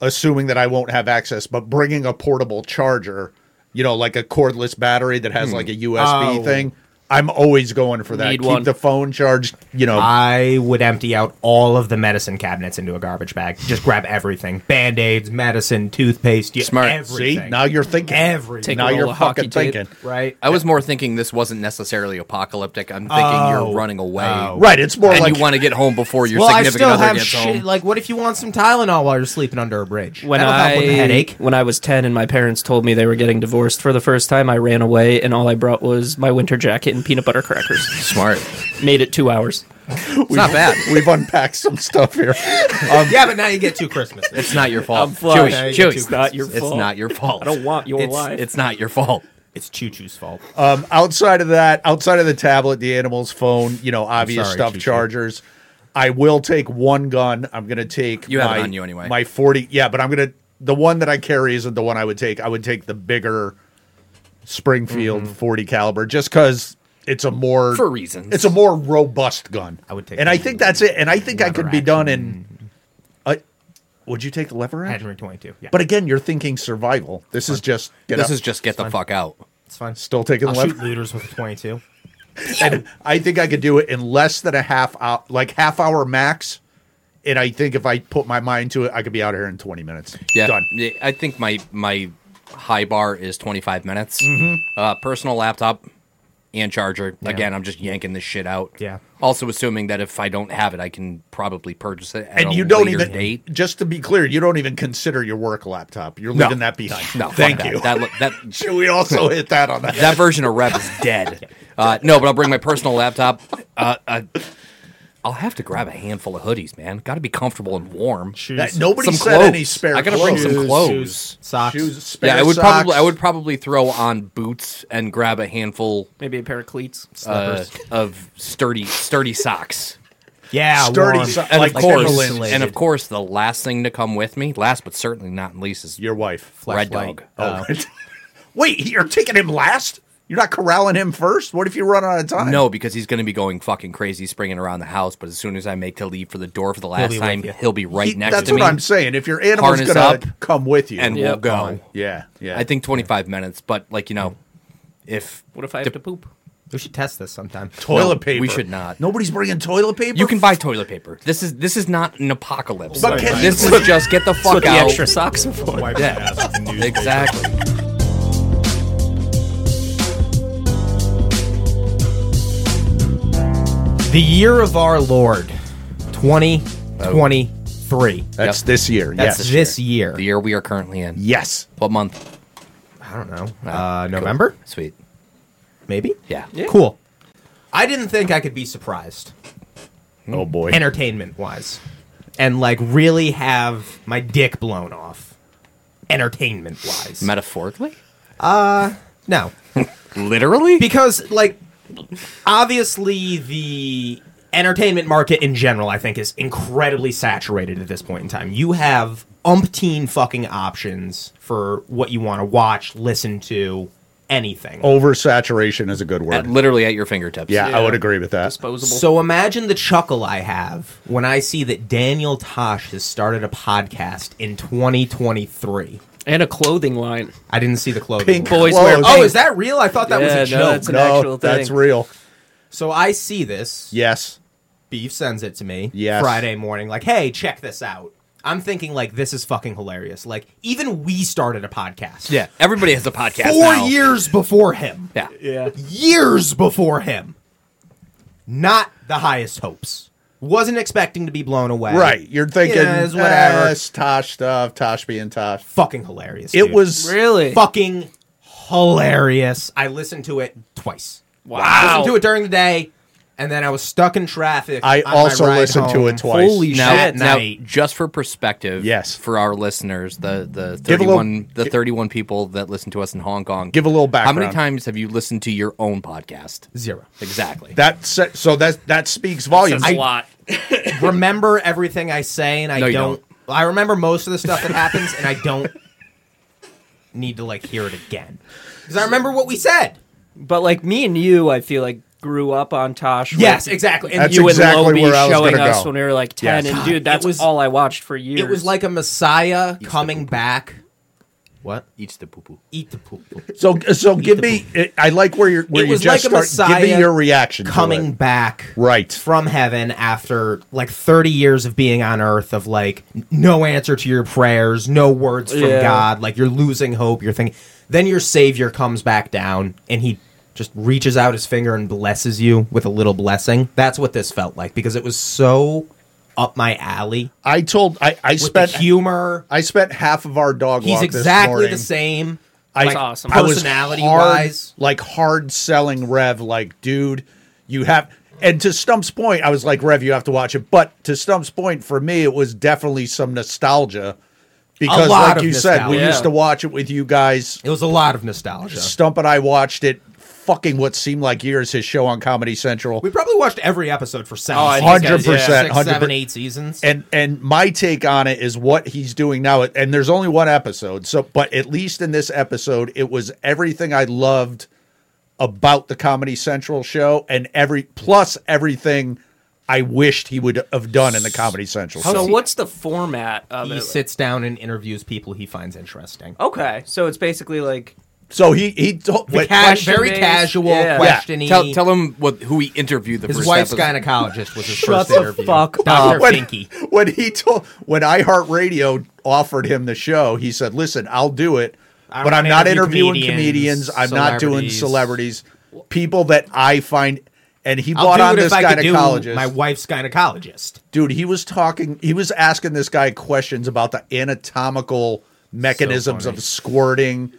S1: assuming that I won't have access. But bringing a portable charger, you know, like a cordless battery that has like a USB
S4: Oh.
S1: thing, I'm always going for that.
S3: Need
S1: Keep
S3: one.
S1: the phone charged. You know,
S4: I would empty out all of the medicine cabinets into a garbage bag. Just grab everything: band aids, medicine, toothpaste, yeah,
S2: Smart.
S1: See,
S4: Everything.
S1: now you're thinking.
S4: everything.
S3: Take
S1: now
S3: a roll
S1: you're
S3: of hockey
S1: fucking
S3: tape.
S1: thinking.
S4: right.
S2: I was more thinking this wasn't necessarily apocalyptic. I'm thinking
S4: Oh.
S2: you're running away.
S4: Oh.
S1: Right, it's more
S2: And
S1: like
S2: you want to get home before your
S4: Well, I
S2: significant
S4: still
S2: other
S4: have
S2: gets
S4: shit.
S2: home.
S4: Like, what if you want some Tylenol while you're sleeping under a bridge?
S3: when
S4: That'll
S3: I
S4: help with the headache.
S3: when I was ten and my parents told me they were getting divorced for the first time, I ran away and all I brought was my winter jacket and peanut butter crackers.
S2: Smart.
S3: Made it two hours.
S2: It's not bad.
S1: we've unpacked some stuff here.
S4: yeah, but now you get two Christmases.
S2: It's not your fault.
S3: I'm flushed.
S2: Chewy,
S4: Yeah, you
S2: Chewy,
S4: get
S3: two It's not your
S2: It's
S3: fault.
S2: not your fault.
S3: I don't want your
S2: it's,
S3: life.
S2: It's not your fault.
S4: it's Choo Choo's fault.
S1: Um, outside of that, outside of the tablet, the animal's phone, you know, obvious
S4: sorry,
S1: stuff,
S4: Choo-choo.
S1: chargers. I will take one gun. I'm gonna take
S2: You have it
S1: my-
S2: on you anyway.
S1: My forty yeah, but I'm gonna the one that I carry isn't the one I would take. I would take the bigger Springfield forty caliber just because it's a more
S2: Mm-hmm. For reasons.
S1: It's a more robust gun.
S4: I would take
S1: and I
S4: the
S1: think that's it. And I think I
S4: lever
S1: could be done in uh, would you take the lever action?
S4: Henry 22. Yeah.
S1: But again, you're thinking survival. This is just get
S2: this
S1: up.
S2: is just get the fuck out.
S4: it's fine.
S1: still taking
S4: I'll
S1: the left.
S4: shoot looters with a 22.
S1: And I think I could do it in less than a half hour, like half hour max. And I think if I put my mind to it, I could be out of here in 20 minutes.
S2: Yeah,
S1: Done.
S2: Yeah, I think my my high bar is 25 minutes.
S1: Mm-hmm.
S2: Uh, personal laptop and charger. Again, I'm just yanking this shit out.
S4: Yeah.
S2: Also, assuming that if I don't have it, I can probably purchase it. At
S1: And
S2: a
S1: you don't
S2: later
S1: even,
S2: date.
S1: just to be clear, you don't even consider your work laptop. You're leaving that behind.
S2: No, fuck
S1: Thank
S2: that.
S1: you.
S2: That, lo- that
S1: Should we also hit that on the head?
S2: that version of Rev is dead. Uh, no, but I'll bring my personal laptop. Uh, uh, I'll have to grab a handful of hoodies, man. Got to be comfortable and warm.
S4: Shoes.
S1: That- nobody
S2: Some
S1: said
S2: clothes.
S1: any spare
S2: I gotta bring
S1: clothes.
S2: some
S4: Shoes,
S2: clothes.
S4: shoes, Socks.
S1: Shoes, spare
S2: Yeah, I would
S1: socks.
S2: probably I would probably throw on boots and grab a handful
S3: Maybe a pair of cleats.
S2: uh,
S4: Slippers.
S2: of sturdy sturdy socks.
S4: yeah.
S1: Sturdy
S4: warm.
S1: so-
S2: And
S1: Like
S2: of course,
S1: Timberlands.
S2: and of course, the last thing to come with me, last but certainly not least, is
S1: Your wife.
S2: Red
S4: Flashlight.
S2: Dog.
S1: Oh.
S4: Uh,
S1: Wait, you're taking him last? You're not corralling him first? What if you run out of time?
S2: No, because he's going to be going fucking crazy, springing around the house. But as soon as I make to leave for the door for the last
S4: be with
S2: time,
S4: you.
S2: he'll be right
S1: He-
S2: next
S1: that's
S2: to me,
S1: what I'm saying. If your animal's
S2: Harness
S1: gonna
S2: up
S1: come with you,
S2: and we'll
S3: Yep.
S2: go.
S1: yeah, yeah,
S2: I think 25 minutes, but like you know, if
S3: What if I have to poop?
S4: We should test this sometime.
S1: toilet
S2: No,
S1: paper.
S2: we should not.
S1: Nobody's bringing toilet paper.
S2: you can buy toilet paper, this is this is not an apocalypse.
S1: But can
S2: this
S1: you-
S2: is just get the
S3: That's what
S2: fuck
S3: the
S2: out.
S3: extra socks are for.
S2: Yeah, exactly.
S4: The year of our Lord, 2023.
S1: That's this year.
S4: That's
S1: yes.
S4: this year.
S2: The year we are currently in.
S1: Yes.
S2: What month?
S4: I don't know. Uh, November,
S2: Sweet.
S4: maybe?
S2: Yeah.
S3: Yeah.
S4: Cool. I didn't think I could be surprised,
S1: Oh boy.
S4: entertainment wise, and like really have my dick blown off, entertainment wise.
S2: Metaphorically?
S4: no.
S2: Literally?
S4: Because, like, obviously the entertainment market in general, I think, is incredibly saturated at this point in time. You have umpteen fucking options for what you want to watch, listen to, anything.
S1: Oh. Oversaturation is a good word.
S2: At- literally at your fingertips.
S1: yeah, I would agree with that.
S3: Disposable.
S4: So imagine the chuckle I have when I see that Daniel Tosh has started a podcast in 2023.
S3: and a clothing line.
S4: I didn't see the clothing.
S1: Pink
S4: line.
S3: Boys
S1: clothes.
S3: wear
S4: Oh, is that real? I thought that
S3: Yeah,
S4: was a
S3: no,
S4: joke.
S3: it's an
S1: no,
S3: actual thing.
S1: that's real.
S4: so I see this.
S1: Yes.
S4: Beef sends it to me
S1: Yes.
S4: Friday morning, like, hey, check this out. I'm thinking, like, this is fucking hilarious. Like, even we started a podcast.
S2: Yeah. Everybody has a podcast.
S4: Four
S2: now.
S4: years before him.
S2: Yeah.
S3: Yeah.
S4: years before him. Not the highest hopes. Wasn't expecting to be blown away.
S1: Right. You're thinking
S4: Yeah, it's whatever.
S1: "Ah, it's Tosh stuff, Tosh being Tosh.
S4: Fucking hilarious.
S1: It
S4: dude.
S1: was
S3: Really?
S4: fucking hilarious. I listened to it twice.
S3: Wow.
S4: Listened to it during the day, and then I was stuck in traffic.
S1: I
S4: on my
S1: also
S4: ride
S1: listened to
S4: home.
S1: it twice.
S3: Holy
S2: Now,
S3: Shit.
S2: now,
S4: Night.
S2: just for perspective,
S1: Yes.
S2: for our listeners, the the
S1: Give a little-
S2: thirty-one the thirty-one people that listen to us in Hong Kong,
S1: Give a little
S2: How many
S1: background.
S2: times have you listened to your own podcast?
S4: Zero.
S2: Exactly.
S1: That se- so that that speaks volumes.
S3: That's a lot.
S4: remember everything I say, and I
S2: No, you
S4: don't, I remember most of the stuff that happens, and I don't need to like hear it again because I remember what we said.
S3: But like me and you, I feel like grew up on Tosh. with
S4: Yes, exactly. And
S1: That's
S4: you
S3: You
S4: would-
S1: exactly
S3: and Lobie
S1: where I was
S3: showing
S1: gonna
S3: us
S1: go.
S3: when we were like ten,
S1: Yes.
S3: and dude, that's
S4: it was-
S3: all I watched for years.
S4: it was like a messiah coming back. What?
S2: Each the poo poo.
S4: Eat the poop.
S1: So so give me. I like where you're where
S4: It
S1: you
S4: was
S1: just
S4: like a
S1: start. Give me
S4: messiah
S1: your reaction. to
S4: Coming
S1: it.
S4: back.
S1: Right.
S4: from heaven after like 30 years of being on earth of like n- no answer to your prayers no words from
S3: Yeah.
S4: god like you're losing hope you're thinking then your savior comes back down and he just reaches out his finger and blesses you with a little blessing that's what this felt like because it was so up my alley
S1: I told I I
S4: with the
S1: spent
S4: humor
S1: I spent half of our dog
S4: he's
S1: walk this
S4: exactly
S1: morning.
S4: the same
S1: I,
S3: That's awesome.
S1: I was
S4: Personality
S1: hard-
S4: wise.
S1: like hard selling Rev. Like, dude, you have. And to Stump's point, I was like, Rev, you have to watch it. But to Stump's point, for me, it was definitely some nostalgia because,
S4: lot
S1: like
S4: of
S1: you said, we
S4: nostalgia.
S1: used to watch it with you guys.
S4: it was a lot of nostalgia
S1: Stump and I watched it fucking what seemed like years his show on Comedy Central.
S4: We probably watched every episode for seven.
S3: Oh, I
S4: seasons.
S3: think I did.
S4: 100%,
S1: Yeah.
S4: Six, seven,
S1: 100%.
S4: eight seasons.
S1: and and my take on it is what he's doing now and there's only one episode so but at least in this episode it was everything i loved about the comedy central show and every plus everything i wished he would have done in the comedy central show
S3: So what's the format of
S4: he
S3: it? Oh,
S4: sits down and interviews people he finds interesting.
S3: okay, so it's basically like
S1: so he he told
S4: The
S1: wait,
S4: ca-
S3: question
S4: very
S3: based-
S4: casual,
S3: yeah.
S4: questiony.
S2: Tell tell him what who he interviewed the
S4: his
S2: first
S4: wife's
S2: episode.
S4: gynecologist was his
S3: Shut
S4: first
S3: the
S4: interview.
S3: fuck
S4: Dr.
S3: up.
S1: Uh, when,
S4: Finky.
S1: when he told when iHeartRadio offered him the show, he said, "Listen, I'll do it,
S4: I
S1: but
S4: don't
S1: I'm not
S4: interview
S1: interviewing comedians.
S4: comedians,
S1: I'm not doing
S4: celebrities.
S1: celebrities, people that I find." And he
S4: I'll
S1: bought
S4: do
S1: on
S4: it if
S1: this
S4: I could do
S1: gynecologist.
S4: My wife's gynecologist.
S1: Dude, he was talking. He was asking this guy questions about the anatomical mechanisms
S4: funny.
S1: of squirting.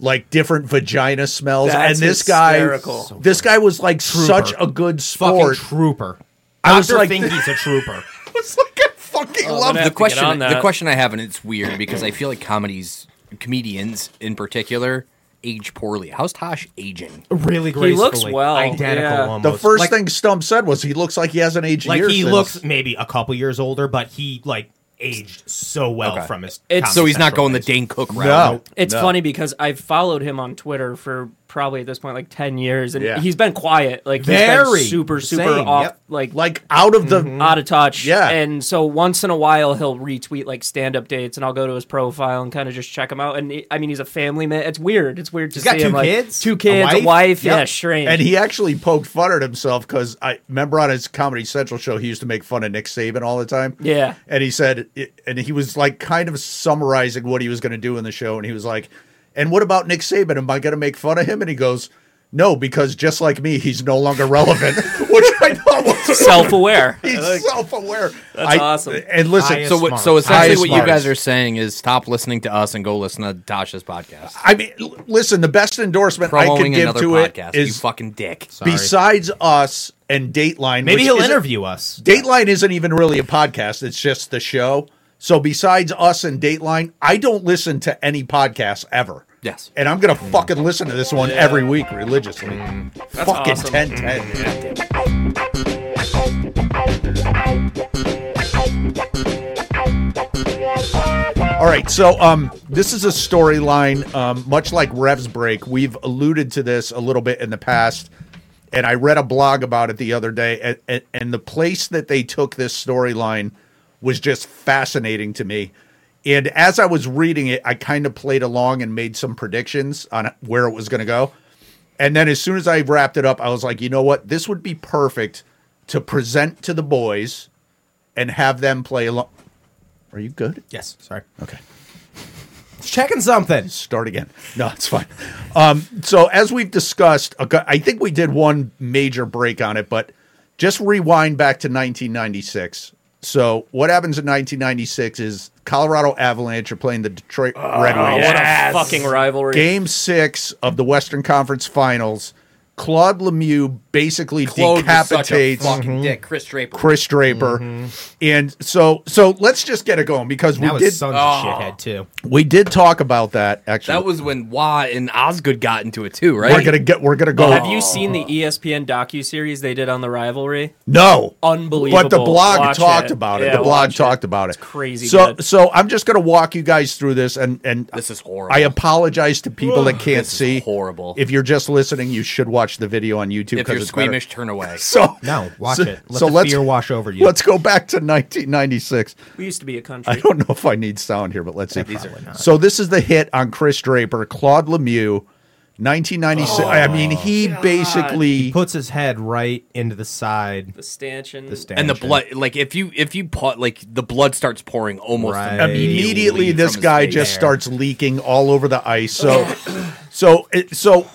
S1: Like different vagina smells,
S3: That's
S1: and this
S3: hysterical.
S1: guy,
S3: So
S1: this guy was like such a good
S4: Fucking
S1: sport.
S4: trooper.
S1: I was
S4: Dr.
S1: like-
S4: Finky's a trooper.
S1: It was like I fucking
S4: Oh,
S1: love
S3: gonna
S1: it.
S3: have
S2: the
S3: to get
S2: question
S3: on
S2: the
S3: that.
S2: question I have and it's weird because I feel like comedies comedians in particular age poorly. How's Tosh aging?
S4: Really gracefully.
S3: He looks well,
S4: Identical
S3: yeah.
S4: almost.
S1: The first
S4: Like-
S1: thing Stump said was he looks like he hasn't aged
S4: Like
S1: years.
S4: he
S1: since-
S4: looks maybe a couple years older, but he like aged so well
S2: Okay.
S4: from his.
S3: It's-
S4: Comedy
S2: So he's not
S4: Central
S2: going the
S4: days.
S2: Dane Cook route.
S1: No,
S3: It's
S1: no.
S3: funny because I've followed him on Twitter for probably at this point like ten years, and
S1: Yeah.
S3: he's been quiet, like he's been
S4: Very.
S3: super, super
S4: Same,
S3: off,
S4: yep.
S3: like
S1: like out of the
S4: Mm-hmm.
S3: out of touch.
S1: Yeah.
S3: and so once in a while he'll retweet like stand up dates, and I'll go to his profile and kind of just check him out. And he- I mean, he's a family man. It's weird. It's weird to
S4: He's
S3: see
S4: got two
S3: him like
S4: kids, a
S3: two kids, a
S4: wife.
S3: wife.
S4: Yep.
S3: Yeah, strange.
S1: and he actually poked fun at himself because I remember on his Comedy Central show he used to make fun of Nick Saban all the time.
S3: Yeah.
S1: and he said, and he was like kind of summarizing what he was going to do in the show, and he was like, "And what about Nick Saban? Am I going to make fun of him?" And he goes. No, because just like me, he's no longer relevant. Which I thought was
S3: self-aware.
S1: He's self-aware. That's
S3: awesome.
S1: And listen,
S4: I
S2: So what,
S4: Smart.
S2: so essentially
S1: Highest
S2: what you
S1: marks.
S2: guys are saying is stop listening to us and go listen to Tasha's podcast.
S1: I mean, l- listen, the best endorsement I could
S2: Promoting
S1: give
S2: another
S1: to
S2: podcast.
S1: it
S2: you
S1: is
S2: fucking dick.
S4: Sorry.
S1: besides us and Dateline.
S4: Maybe
S1: which
S4: he'll
S1: isn't-
S4: interview us.
S1: Dateline isn't even really a podcast; it's just the show. So besides us and Dateline, I don't listen to any podcasts ever.
S2: Yes.
S1: and I'm gonna fucking listen to this one every week religiously. fucking
S3: awesome.
S1: ten ten. man. All right, so um, this is a storyline, um, much like Rev's break. We've alluded to this a little bit in the past, and I read a blog about it the other day, and, and, and the place that they took this storyline was just fascinating to me. And as I was reading it, I kind of played along and made some predictions on where it was going to go. And then as soon as I wrapped it up, I was like, you know what? This would be perfect to present to the boys and have them play along. Are you good?
S4: Yes, sorry.
S1: Okay.
S4: Checking something.
S1: Start again. No, it's fine. Um, so as we've discussed, a cou- I think we did one major break on it, but just rewind back to 1996. So what happens in 1996 is Colorado Avalanche are playing the Detroit
S2: Oh,
S1: Red Wings.
S3: what a fucking rivalry.
S1: Game six of the Western Conference Finals, Claude Lemieux basically
S2: Claude was such a Mm-hmm.
S1: decapitates Mhm.
S2: fucking dick. Chris Draper.
S1: Chris Draper, and so so let's just get it going because we
S4: Now
S1: did
S4: his son's
S2: Oh.
S4: a shithead too.
S1: we did talk about that actually.
S2: That was when Wah and Osgood got into it too, right?
S1: we're gonna get we're gonna go.
S3: Have you seen the E ESPN docu series they did on the rivalry?
S1: No,
S3: Unbelievable.
S1: But the blog
S3: Watch
S1: talked
S3: it.
S1: about it.
S3: Yeah,
S1: the blog
S3: watch it.
S1: talked about it.
S3: crazy
S1: So
S3: good.
S1: so I'm just gonna walk you guys through this, and and
S2: This is horrible.
S1: I apologize to people that can't
S2: This is
S1: see.
S2: horrible.
S1: If you're just listening, you should watch the video on YouTube
S2: if you're
S1: because it's better.
S2: squeamish, turn away.
S1: So
S4: No, watch
S1: so-
S4: it. Let
S1: so
S4: the
S1: let's-
S4: fear wash over you.
S1: Let's go back to 1996.
S3: We used to be a
S1: I
S3: country.
S1: don't know if I need sound here, but let's see.
S4: These are not.
S1: So this is the hit on Chris Draper, Claude Lemieux, 1996. I mean, he basically
S4: Puts his head right into the side.
S3: The stanchion.
S4: The
S2: and
S4: stanchion.
S2: the blood, like if you if you put like the blood starts pouring almost
S4: Right.
S2: immediately.
S1: immediately
S2: from
S1: this
S2: his
S1: guy
S2: face.
S1: just
S4: There.
S1: starts leaking all over the ice. So so it, so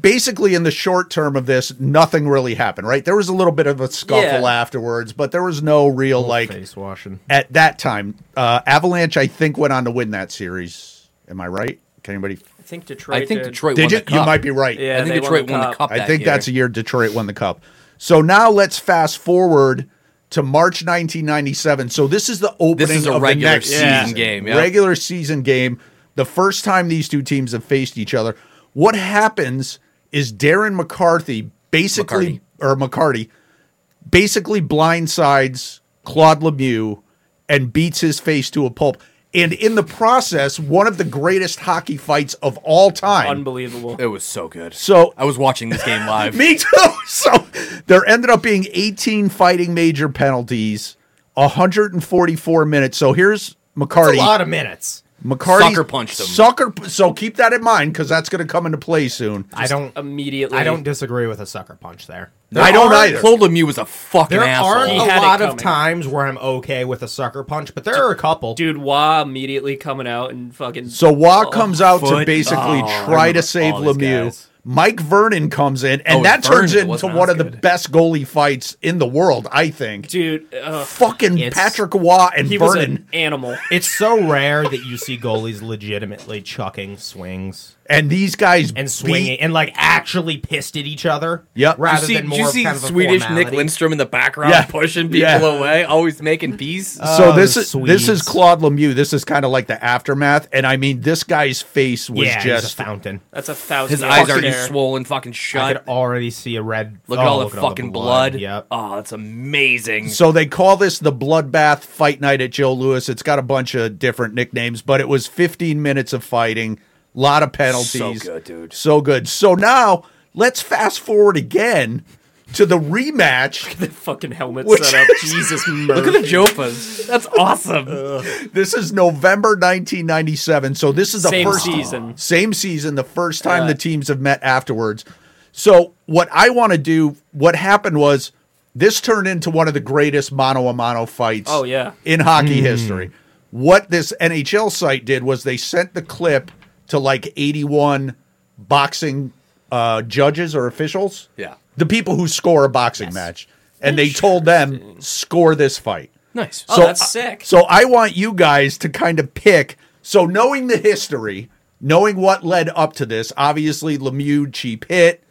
S1: basically in the short term of this, nothing really happened, right? There was a little bit of a scuffle
S3: Yeah.
S1: afterwards, but there was no real like
S4: face washing.
S1: at that time. Uh, Avalanche, I think, went on to win that series. Am I right? Can anybody?
S3: I think Detroit.
S2: I think
S3: did.
S2: Detroit.
S1: Did
S2: won
S1: you?
S2: The cup.
S1: You might be right.
S3: Yeah,
S2: I think
S3: they
S2: Detroit won the cup.
S1: I
S2: that
S1: think
S2: year.
S1: that's a year Detroit won the cup. So now let's fast forward to March 1997. So this is the opening
S2: This is a
S1: of the
S2: regular
S1: next
S2: season game, yeah.
S1: Regular season game. The first time these two teams have faced each other. What happens is Darren McCarthy basically or McCarty basically blindsides Claude Lemieux and beats his face to a pulp. And in the process, one of the greatest hockey fights of all time.
S3: Unbelievable.
S2: It was so good.
S1: So-
S2: I was watching this game live.
S1: Me too. So there ended up being 18 fighting major penalties, 144 minutes. So here's
S4: That's
S1: McCarty.
S4: a lot of minutes.
S1: McCarty
S2: Sucker punched him.
S1: Sucker. p- So keep that in mind because that's going to come into play soon.
S4: I don't.
S3: Immediately.
S4: I don't disagree with a sucker punch there.
S1: I don't
S2: Arn
S1: either.
S2: Told him he was a fucking
S4: There aren't
S2: asshole.
S3: He had
S4: a
S3: it
S4: lot of
S3: coming.
S4: times where I'm okay with a sucker punch, but there are a couple.
S3: Dude, Wah immediately coming out and fucking.
S1: So Wah comes out to
S2: Oh, foot.
S1: basically
S2: Oh,
S1: try
S2: I remember
S1: to save
S2: all these
S1: Lemieux.
S2: guys.
S1: Mike Vernon comes in, and
S2: Oh,
S1: that
S2: it's Vernon
S1: turns
S2: that
S1: into
S2: wasn't
S1: one of
S2: as
S1: the
S2: good.
S1: best goalie fights in the world, I think.
S3: Dude, uh,
S1: Fucking
S4: It's-
S1: Patrick Waugh and
S3: he was
S1: Vernon.
S3: an animal.
S4: It's so rare that you see goalies legitimately chucking swings
S1: and these guys
S4: and
S1: beat
S4: swinging and like actually pissed at each other.
S1: Yep.
S4: Rather
S2: you see,
S4: than
S2: did
S4: more
S2: you
S4: of
S2: see
S4: kind of a
S2: Swedish Nick
S4: formality.
S2: Lindstrom in the background
S1: Yeah.
S2: pushing people
S1: Yeah.
S2: away, always making peace?
S1: So
S4: Oh,
S1: this
S4: the
S1: is this is
S4: Swedes.
S1: Claude Lemieux. This is kind of like the aftermath, and I mean, this guy's face was
S4: Yeah, he's
S1: just
S4: a fountain.
S3: That's a thousand.
S2: His eyes
S3: yards
S2: already
S3: there.
S2: swollen, fucking
S4: I
S2: shut.
S4: could already see a red.
S2: Look at all
S4: oh,
S2: the
S4: look
S2: fucking blood.
S4: Yep.
S2: Oh, it's amazing.
S1: So they call this the bloodbath fight night at Joe Lewis. It's got a bunch of different nicknames, but it was 15 minutes of fighting, lot of penalties.
S2: So good, dude.
S1: So good. So now let's fast forward again to the rematch.
S3: Fucking helmet
S1: Which
S3: set up.
S1: is-
S3: Jesus
S2: Look at
S3: Murphy.
S2: the Jopas. That's awesome.
S1: this is November 1997. So this is the
S3: Same
S1: first
S3: season.
S1: Same season, the first time
S3: Yeah.
S1: the teams have met afterwards. So what I want to do, what happened was this turned into one of the greatest mono a mano fights
S3: Oh, yeah.
S1: in hockey history. What this NHL site did was they sent the clip to like 81 boxing uh, judges or officials.
S2: Yeah.
S1: The people who score a boxing match. And they told them, score this fight.
S2: Nice.
S3: Oh, that's sick.
S1: So I want you guys to kind of pick. So knowing the history, knowing what led up to this, obviously Lemieux cheap hit,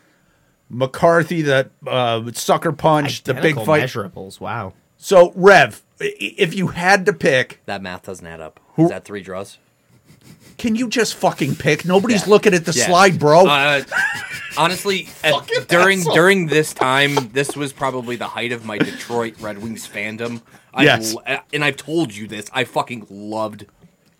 S1: McCarthy the uh, sucker punch, the big
S4: Identical
S1: fight.
S4: Measurables. Wow.
S1: So Rev, i- if you had to pick,
S2: That math doesn't add up.
S1: Who-
S2: Is that three draws?
S1: can you just fucking pick? Nobody's
S2: Yeah.
S1: looking at the
S2: Yeah.
S1: slide, bro.
S2: Uh, honestly, at- during during this time, this was probably the height of my Detroit Red Wings fandom. I
S1: Yes.
S2: l- and I've told you this. I fucking loved.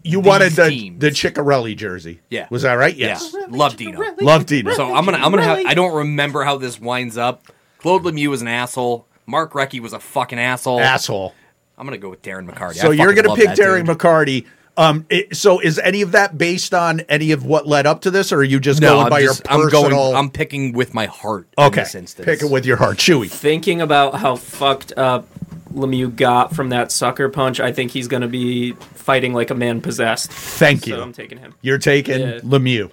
S1: you wanted
S2: these
S1: the
S2: teams.
S1: the Ciccarelli jersey.
S2: Yeah.
S1: was that right? Yes.
S2: Yeah. Loved Dino.
S1: Love Dino.
S2: So I'm gonna I'm gonna have I don't remember how this winds up. Claude Lemieux was an asshole. Mark Recchi was a fucking asshole.
S1: asshole.
S2: I'm gonna go with Darren McCarty.
S1: So
S2: I
S1: you're
S2: fucking
S1: going to
S2: love
S1: pick
S2: that
S1: Darren
S2: dude.
S1: McCarty. Um, it, so is any of that based on any of what led up to this, or are you just
S2: No,
S1: going
S2: I'm,
S1: by
S2: just,
S1: your
S2: I'm
S1: personal?
S2: going. I'm picking with my heart.
S1: okay.
S2: In this instance.
S1: Pick it with your heart, Chewy.
S3: Thinking about how fucked up Lemieux got from that sucker punch, I think he's going to be fighting like a man possessed.
S1: Thank you.
S3: So I'm taking him.
S1: You're taking
S3: Yeah.
S1: Lemieux.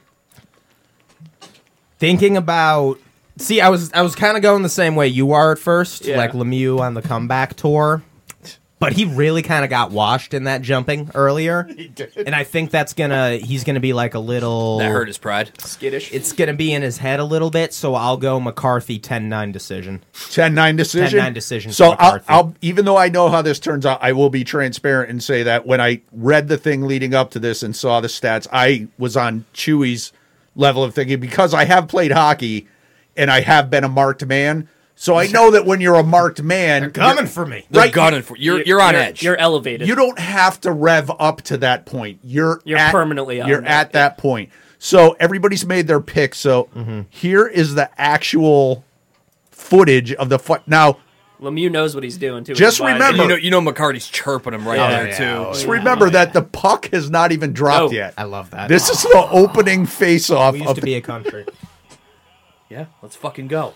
S4: Thinking about. See, I was I was kind of going the same way you are at first,
S3: Yeah.
S4: like Lemieux on the comeback tour. But he really kind of got washed in that jumping earlier, and I think that's gonna he's gonna be like a little.
S2: That hurt his pride.
S3: Skittish.
S4: It's gonna be in his head a little bit, so I'll go McCarthy 10-9 decision.
S1: 10-9 decision.
S4: 10-9 decision
S1: So
S4: for
S1: I'll,
S4: McCarthy.
S1: I'll, even though I know how this turns out, I will be transparent and say that when I read the thing leading up to this and saw the stats, I was on Chewy's level of thinking because I have played hockey and I have been a marked man. So I know that when you're a marked man, you're-
S4: for me.
S2: They're
S1: Right.
S2: gunning for you're. You're on edge.
S3: You're elevated.
S1: you don't have to rev up to that point. You're
S3: You're
S1: at-
S3: permanently on
S1: you're
S3: that,
S1: at that point. So everybody's made their pick. So
S4: Mm-hmm.
S1: here is the actual footage of the fight. Now
S3: Lemieux knows what he's doing too.
S1: Just
S3: His body.
S1: remember-
S2: you know, you know, McCarty's chirping him right
S4: Yeah.
S2: there
S4: Yeah.
S2: too.
S1: just remember that the puck has not even dropped
S3: No.
S1: yet.
S4: I love that.
S1: This is the opening face-off.
S4: we
S1: of
S4: used to
S1: the-
S4: be a country.
S2: Yeah, let's fucking go.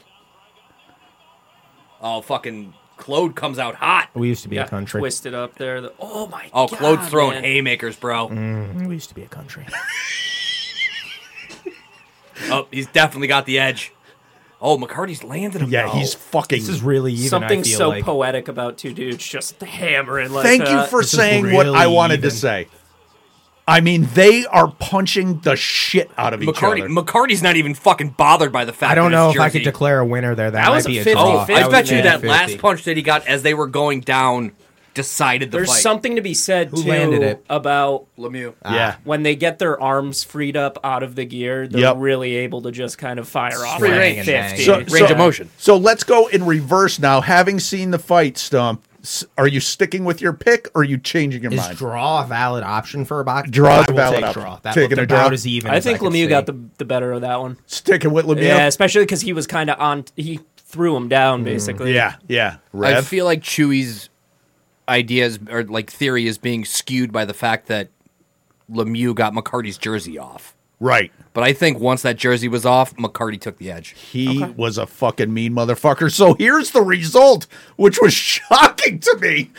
S2: Oh, fucking Claude comes out hot.
S4: We used to be
S3: Yeah,
S4: a country.
S3: twisted up there. The- oh my
S2: Oh,
S3: god.
S2: Claude's throwing
S3: man.
S2: haymakers, bro.
S1: Mm.
S4: We used to be a country.
S2: Oh, he's definitely got the edge. Oh, McCarty's landed him.
S1: Yeah,
S2: though.
S1: he's fucking.
S4: This is really even.
S3: Something
S4: I feel
S3: so
S4: like.
S3: poetic about two dudes just hammering like uh,
S1: Thank you
S3: that.
S1: for
S4: This is
S1: saying what I
S4: really
S1: wanted
S4: even.
S1: to say. I mean, they are punching the shit out of each
S2: McCarty.
S1: other.
S2: McCarty's not even fucking bothered by the fact.
S4: I don't
S2: that
S4: know
S2: his
S4: if I
S2: jersey-
S4: could declare a winner there. That,
S3: That
S4: might
S3: was a
S4: be a
S3: 50.
S4: draw.
S2: Oh,
S3: That
S2: I
S3: was
S2: bet you
S3: a
S2: that
S4: 50.
S2: last punch that he got as they were going down decided the
S3: There's
S2: fight.
S3: something to be said too
S4: landed it?
S3: about
S2: Lemieux.
S4: Ah.
S1: yeah.
S3: when they get their arms freed up out of the gear, they're
S1: Yep.
S3: really able to just kind of fire off
S4: Free
S3: like
S4: reign.
S3: 50.
S4: So-
S2: Range of motion.
S1: So let's go in reverse now. Having seen the fight, Stump, s- are you sticking with your pick or are you changing your
S4: Is
S1: mind?
S4: draw a valid option for a box?
S1: Draw is
S4: I will
S1: valid
S4: take
S1: option.
S4: Draw. That
S1: Taking
S4: looked
S1: a draw.
S4: about as even.
S3: I
S4: as
S3: think
S4: could
S3: Lemieux
S4: see.
S3: got the, the better of that one.
S1: sticking with Lemieux?
S3: Yeah, especially because he was kind of on. He threw him down
S4: Mm,
S3: basically.
S1: Yeah. Yeah.
S2: I
S1: Rev?
S2: feel like Chewie's ideas or like theory is being skewed by the fact that Lemieux got McCarty's jersey off.
S1: right.
S2: But I think once that jersey was off, McCarty took the edge.
S1: He was a fucking mean motherfucker. So here's the result, which was shocking to me.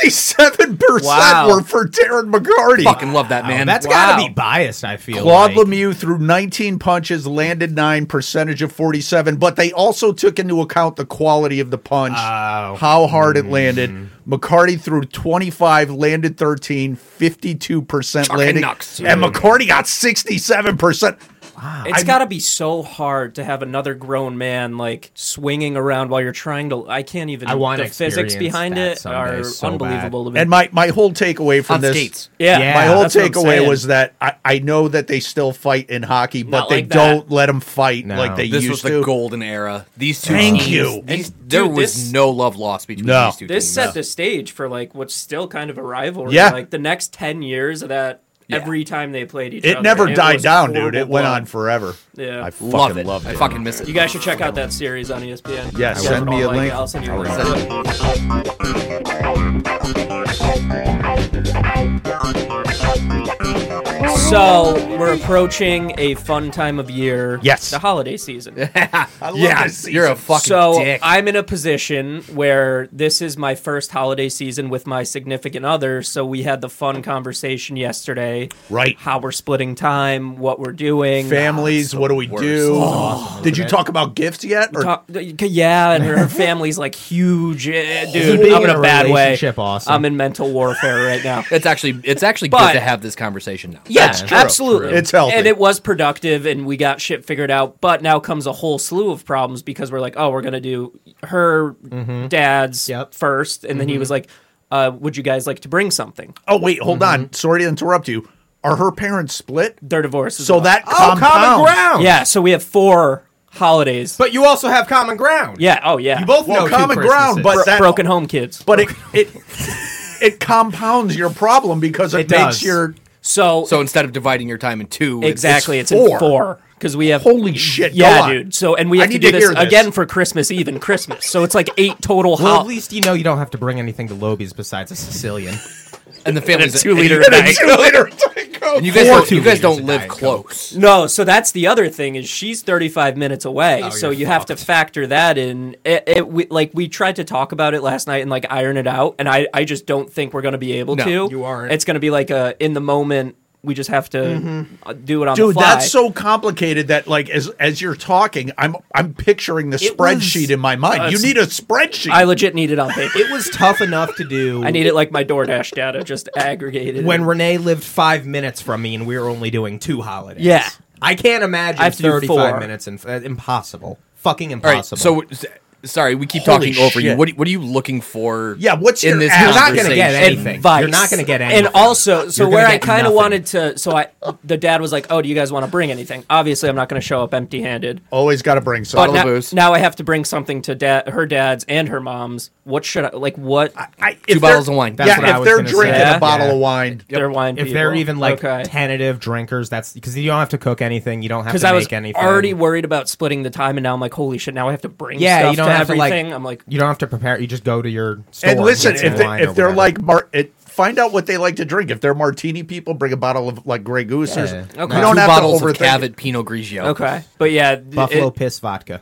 S1: 67%
S3: Wow.
S1: were for Darren McCarty.
S2: Fucking love that man.
S4: Oh, That's
S3: Wow.
S4: gotta be biased. I feel.
S1: Claude
S4: like.
S1: Lemieux threw 19 punches, landed nine, percentage of 47, but they also took into account the quality of the punch,
S4: Oh.
S1: how hard it landed.
S3: Mm-hmm.
S1: McCarty threw 25, landed 13, 52%
S2: Chucking
S1: landing.
S2: knocks.
S1: And McCarty got 67%.
S4: Ah.
S3: It's got to be so hard to have another grown man like swinging around while you're trying to. I can't even.
S4: I want
S3: the physics
S4: experience
S3: behind
S4: that
S3: it
S4: someday
S3: are
S4: so
S3: unbelievable to me.
S1: And my, my whole takeaway from
S2: on
S1: this
S2: skates.
S3: yeah,
S4: Yeah.
S1: My whole
S3: that's what I'm
S1: takeaway
S3: saying.
S1: was that I, I know that they still fight in hockey, but
S3: Not
S1: they
S3: like that.
S1: don't let them fight
S4: No.
S1: like they
S2: This was
S1: used
S2: the
S1: to.
S2: golden era. These two
S1: Thank
S2: teams,
S1: you.
S2: these-
S3: And,
S2: there
S3: dude,
S2: was
S3: this-
S2: no love lost between
S1: No.
S2: these two
S3: This
S2: teams.
S3: set the stage for like what's still kind of a rivalry.
S1: Yeah.
S3: like the next ten years of that.
S2: Yeah.
S3: Every time they played each other,
S1: It never
S3: and
S1: died
S3: was
S1: down, dude.
S3: horrible
S1: It went
S3: blood.
S1: on forever.
S3: Yeah.
S1: I fucking
S2: love it.
S1: Loved it.
S2: I fucking miss it.
S3: You guys should check out that series on E ESPN.
S1: Yeah,
S3: I
S1: send
S3: wrote it
S1: me a
S3: all like
S1: link.
S3: it. I'll send you a link. So we're approaching a fun time of year.
S1: Yes.
S3: the holiday season.
S1: Yeah,
S2: you're a fucking
S3: so
S2: dick.
S3: I'm in a position where this is my first holiday season with my significant other. So we had the fun conversation yesterday.
S1: Right.
S3: How we're splitting time, what we're doing.
S1: Families, what do we do? Did you talk about gifts yet? Or
S3: Talk- yeah, and her family's like huge, eh, dude.
S4: Being
S3: I'm in
S4: in
S3: a,
S4: a
S3: bad way.
S4: relationship, awesome.
S3: I'm in mental warfare right now.
S2: it's actually it's actually
S3: But-
S2: good to have this conversation now.
S3: Yeah,
S4: That's
S1: true.
S3: absolutely.
S1: True. It's healthy.
S3: and it was productive, and we got shit figured out. But now comes a whole slew of problems because we're like, oh, we're gonna do her
S1: Mm-hmm.
S3: dad's
S4: Yep.
S3: first, and then he was like, uh, would you guys like to bring something?
S1: oh wait, hold on. Sorry to interrupt you. Are her parents split?
S3: Their divorce. is
S1: So
S3: up.
S1: that
S4: Oh, common
S1: compounds.
S4: ground.
S3: yeah. So we have four holidays.
S4: But you also have common ground.
S3: yeah. Oh yeah.
S4: You both
S1: Well,
S4: know two
S1: common ground, but
S4: Christmases.
S1: that,
S3: broken home kids.
S1: But it it it compounds your problem because it,
S4: It
S1: makes
S4: does.
S1: your
S3: So,
S2: So instead of dividing your time in two, it's-
S3: exactly, it's,
S1: four.
S3: in four because we have
S1: holy shit. go
S3: Yeah,
S1: on.
S3: dude. So and we
S1: I
S3: have to
S1: need
S3: do
S1: to
S3: this,
S1: hear this.
S3: again for Christmas Eve and Christmas. So it's like eight total
S4: Well, at
S3: holidays.
S4: least you know you don't have to bring anything to Lobies besides a Sicilian.
S2: it's- and the family's
S3: two liter
S2: And,
S1: And a two-liter Diet
S2: you- and you
S1: Coke.
S2: guys
S4: Four
S2: don't,
S4: two
S2: you guys
S4: liters
S2: don't
S4: of
S2: live
S4: Diet Coke.
S2: close.
S3: No, so that's the other thing is she's 35 minutes away,
S4: Oh,
S3: so
S4: you're
S3: you have to factor that in. It, it we, like we tried to talk about it last night and like iron it out, and I I just don't think we're gonna be able
S2: No,
S3: to.
S4: you aren't.
S3: It's gonna be like a in the moment. We just have to uh, do it on the
S1: Mm-hmm. Dude,
S3: fly.
S1: that's so complicated that like as as you're talking, I'm I'm picturing the
S4: It
S1: spreadsheet
S4: was-
S1: in my mind. you need a spreadsheet.
S3: I legit need it on paper.
S4: It was tough enough to do.
S3: I need it like my DoorDash data, just aggregated.
S4: when Renee lived five minutes from me, and we were only doing two holidays.
S3: Yeah.
S4: I can't imagine
S3: I have to do
S4: thirty-five
S3: four.
S4: minutes and uh, impossible. Fucking
S2: All right.
S4: impossible.
S2: So s- sorry, we keep
S1: Holy
S2: talking over you.
S1: shit.
S2: What are- what are you looking for?
S1: Yeah, what's
S2: in
S1: your
S2: this
S1: ask?
S4: You're not
S2: conversation?
S4: going to get
S3: conversation.
S4: anything.
S3: Advice.
S4: You're not going to get anything.
S3: And also, so
S4: You're
S3: where
S4: gonna
S3: I
S4: get
S3: kind of
S4: nothing.
S3: wanted to, so I, the dad was like, "Oh, do you guys want to bring anything?" Obviously, I'm not going to show up empty-handed.
S1: Always got to bring
S3: But
S1: something.
S2: Bottle of
S3: now,
S2: booze.
S3: now I have to bring something to dad, her dad's, and her mom's. What should I like? What
S1: I, if
S2: Two
S1: they're-
S2: bottles of wine.
S4: That's
S1: yeah,
S4: what
S1: if
S4: I was
S1: they're
S4: gonna say.
S1: drinking
S3: Yeah.
S1: a bottle
S4: Yeah.
S1: of wine,
S3: their wine?
S4: if they're
S3: people.
S4: even like
S3: Okay.
S4: tentative drinkers, that's because you don't have to cook anything. You don't have
S3: because
S4: to
S3: I
S4: make
S3: was
S4: anything.
S3: already worried about splitting the time, and now I'm like, holy shit! Now I have to bring
S4: yeah,
S3: stuff
S4: you don't
S3: to
S4: have
S3: everything.
S4: to like.
S3: I'm like,
S4: you don't have to prepare. You just go to your store
S1: and listen,
S4: get some
S1: if they,
S4: wine or
S1: if they're
S4: whatever.
S1: like mar- it, find out what they like to drink. If they're martini people, bring a bottle of like Grey Goose. or
S4: Yeah.
S1: something.
S3: Okay.
S1: You
S2: Two
S1: don't have to
S2: bottles of
S1: overthink.
S2: Cavit
S1: it.
S2: Pinot Grigio.
S3: okay, but yeah, th-
S4: buffalo
S3: it,
S4: piss vodka,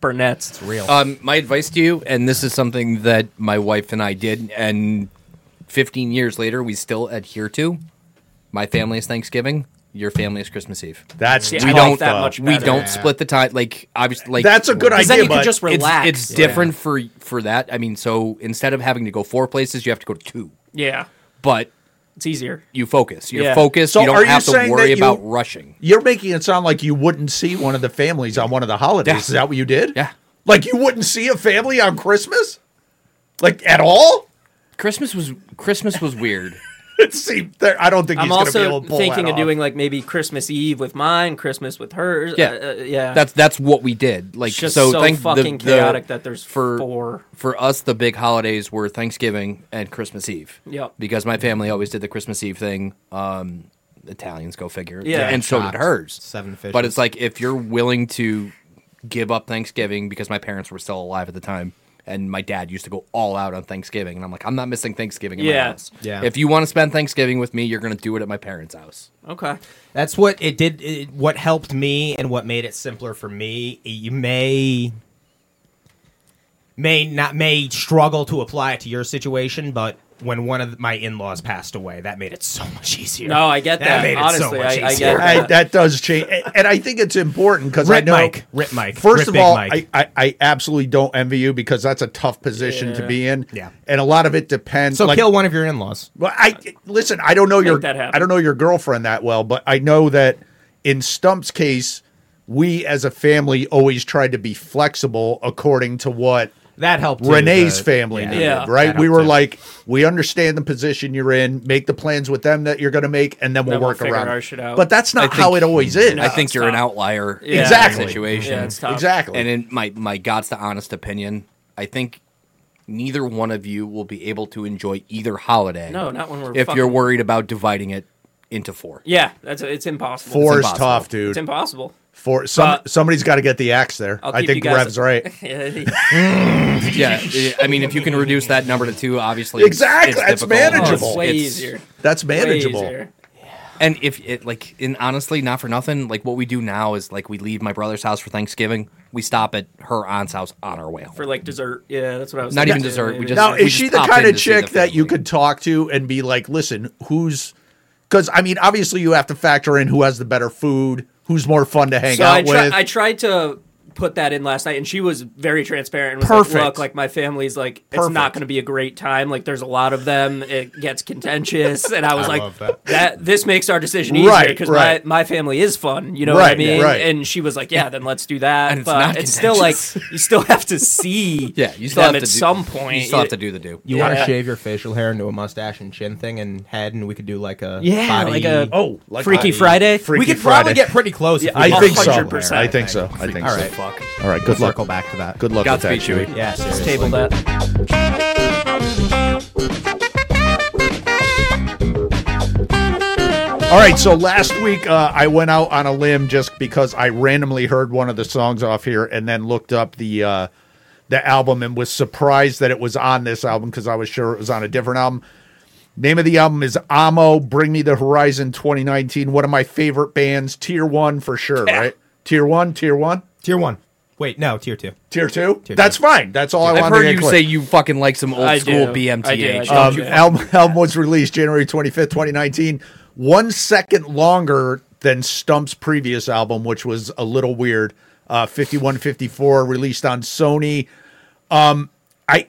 S3: Burnett's.
S4: real.
S1: Uh,
S2: Um, my advice to you, and this is something that my wife and I did, and 15 years later, we still adhere to. My family is Thanksgiving. Your family is Christmas Eve.
S1: That's
S3: Yeah,
S1: we
S3: I like
S1: don't
S3: that
S1: though.
S3: much.
S2: We
S3: Better.
S2: don't
S4: Yeah.
S2: split the time. Like obviously, like
S1: That's a good
S3: Because then
S1: idea.
S3: you could
S1: but
S3: just
S2: It's,
S3: relax.
S2: it's different for for that. I mean, so instead of having to go four places, you have to go to two.
S3: yeah,
S2: But
S3: it's easier.
S2: you focus. You're
S3: Yeah.
S2: focused.
S1: So
S2: you
S1: are
S2: don't
S1: you
S2: have to
S1: saying
S2: worry
S1: that you-
S2: about rushing.
S1: You're making it sound like you wouldn't see one of the families on one of the holidays.
S2: Yeah.
S1: Is that what you did?
S2: Yeah.
S1: Like you wouldn't see a family on Christmas? Like at all?
S2: Christmas was Christmas was weird.
S1: It seemed there. I don't think
S3: I'm
S1: he's going to be able
S3: also
S1: to pull
S3: thinking
S1: that
S3: of
S1: off.
S3: doing like maybe Christmas Eve with mine, Christmas with hers.
S2: Yeah.
S3: uh, uh, yeah.
S2: That's that's what we did. Like
S3: It's just
S2: so,
S3: so,
S2: thank the-
S3: fucking
S2: the-
S3: chaotic that there's
S2: for-
S3: four.
S2: for us the big holidays were Thanksgiving and Christmas Eve.
S3: Yep.
S2: Because my family always did the Christmas Eve thing. Um, Italians go figure.
S3: Yeah.
S2: And so did
S4: Shocked.
S2: hers.
S4: Seven
S2: But
S4: fishes.
S2: it's like if you're willing to give up Thanksgiving because my parents were still alive at the time. And my dad used to go all out on Thanksgiving, and I'm like, I'm not missing Thanksgiving in my
S3: Yeah.
S2: house.
S4: Yeah.
S2: If you want to spend Thanksgiving with me, you're gonna do it at my parents' house.
S3: Okay.
S4: That's what it did. It, what helped me and what made it simpler for me. You may may not may struggle to apply it to your situation, but when one of my in-laws passed away, that made it so much easier.
S3: No, I get that.
S4: made it so
S3: Honestly,
S4: much
S3: I- I
S4: easier.
S3: get
S1: I, that does change, and- and I think it's important because I
S4: Rip
S1: know.
S4: Mike. Rip Mike.
S1: First
S4: Rip
S1: of
S4: Big
S1: all, I,
S4: Mike.
S1: I, I absolutely don't envy you because that's a tough position to
S3: Yeah.
S1: be in.
S4: Yeah.
S1: and a lot of it depends.
S4: so
S1: like,
S4: kill one of your in-laws.
S1: Well, I listen. I don't know your.
S3: that happen.
S1: I don't know your girlfriend that well, but I know that in Stump's case, we as a family always tried to be flexible according to what
S4: That helped. too,
S1: Renee's
S4: the-
S1: family
S4: yeah.
S1: needed.
S3: Yeah.
S1: Right?
S4: That
S1: We
S4: helped
S1: were
S4: too.
S1: like, we understand the position you're in. Make the plans with them that you're going to make, and then we'll
S3: Then we'll
S1: work
S3: figure
S1: around.
S3: our
S1: it.
S3: shit out.
S1: But that's not how it always is.
S2: I think
S3: it's
S2: you're an
S3: tough.
S2: outlier in
S3: Yeah.
S1: Exactly.
S2: that situation.
S3: Yeah, it's tough.
S1: exactly.
S2: And in my my God's to honest opinion, I think neither one of you will be able to enjoy either holiday.
S3: No, not when we're
S2: if
S3: fucking-
S2: you're worried about dividing it into four.
S3: Yeah, that's it's impossible.
S1: Four is
S2: impossible.
S1: tough,
S3: It's
S1: dude.
S3: impossible.
S1: Four. Some,
S3: But-
S1: somebody's got to get the axe there.
S3: I'll
S1: I
S3: keep
S1: think
S3: you
S1: Rev's
S3: guys-
S1: right.
S2: Yeah, eh, I mean, if you can reduce that number to two, obviously
S1: Exactly,
S2: it's,
S1: that's
S2: it's difficult.
S3: oh,
S1: manageable.
S3: it's way
S2: It's-
S3: easier.
S1: That's
S3: Way
S1: manageable.
S3: easier.
S2: And if it like, and honestly, not for nothing, like what we do now is like we leave my brother's house for Thanksgiving. We stop at her aunt's house on our way home.
S3: for like dessert. Yeah, that's what I was.
S2: Not
S3: thinking
S2: even
S3: too,
S2: dessert, we
S3: maybe.
S2: just-
S1: Now,
S2: we
S1: is she the
S2: pop
S1: kind
S2: in
S1: of
S2: to see the
S1: chick that you
S2: family.
S1: could talk to and be like, listen, who's. Because, I mean, obviously you have to factor in who has the better food, who's more fun to hang
S3: so
S1: out
S3: I, try,
S1: with.
S3: I tried to put that in last night, and she was very transparent. And was
S1: Perfect.
S3: Like, Look, like my family's like it's
S1: Perfect.
S3: not going to be a great time. Like there's a lot of them. It gets contentious, and I was
S4: I
S3: like,
S4: love that.
S3: this makes our decision easier
S1: Right,
S3: because
S1: right.
S3: my my family is fun. You know what I
S1: Right, yeah,
S3: mean?
S1: right.
S3: And she was like, yeah, then let's do that.
S2: And it's
S3: but
S2: not
S3: it's still like you still have to see.
S2: yeah, you still have
S3: them
S2: to
S3: at
S2: do-
S3: some point.
S2: You still have to do the do.
S4: You
S3: Yeah.
S4: want to shave your facial hair into a mustache and chin thing and head, and we could do like a
S3: Yeah,
S4: body-
S3: like a
S1: oh, like
S3: Freaky
S1: I-
S3: Friday.
S1: Freaky
S4: we could
S1: Friday.
S4: probably get pretty close. if
S1: I
S4: we
S1: think so.
S3: 100%.
S1: I think so. I think
S4: All
S1: so.
S4: right.
S1: All right. Good luck.
S4: Circle back to that.
S1: Good luck with that,
S2: Godspeed,
S1: Chewy.
S2: Chewy.
S4: Yeah. Seriously.
S3: table that.
S1: All right, so last week uh, I went out on a limb just because I randomly heard one of the songs off here and then looked up the uh, the album and was surprised that it was on this album because I was sure it was on a different album. Name of the album is Amo, Bring Me the Horizon 2019. One of my favorite bands, Tier 1 for sure, right? Tier 1, Tier 1,
S4: Tier one. Wait, no, tier two.
S1: Tier 2?
S4: Tier
S1: That's
S4: two.
S1: fine. That's all I
S2: I've
S1: wanted to
S2: heard
S1: get
S2: you
S1: clear.
S2: say you fucking like some old
S3: I
S2: school
S3: do.
S2: BMTH.
S3: I do, I do.
S2: don't
S1: Um,
S2: you?
S1: album, album was released January 25th, 2019. One second longer than Stump's previous album, which was a little weird. Uh, 5154 released on Sony. Um, I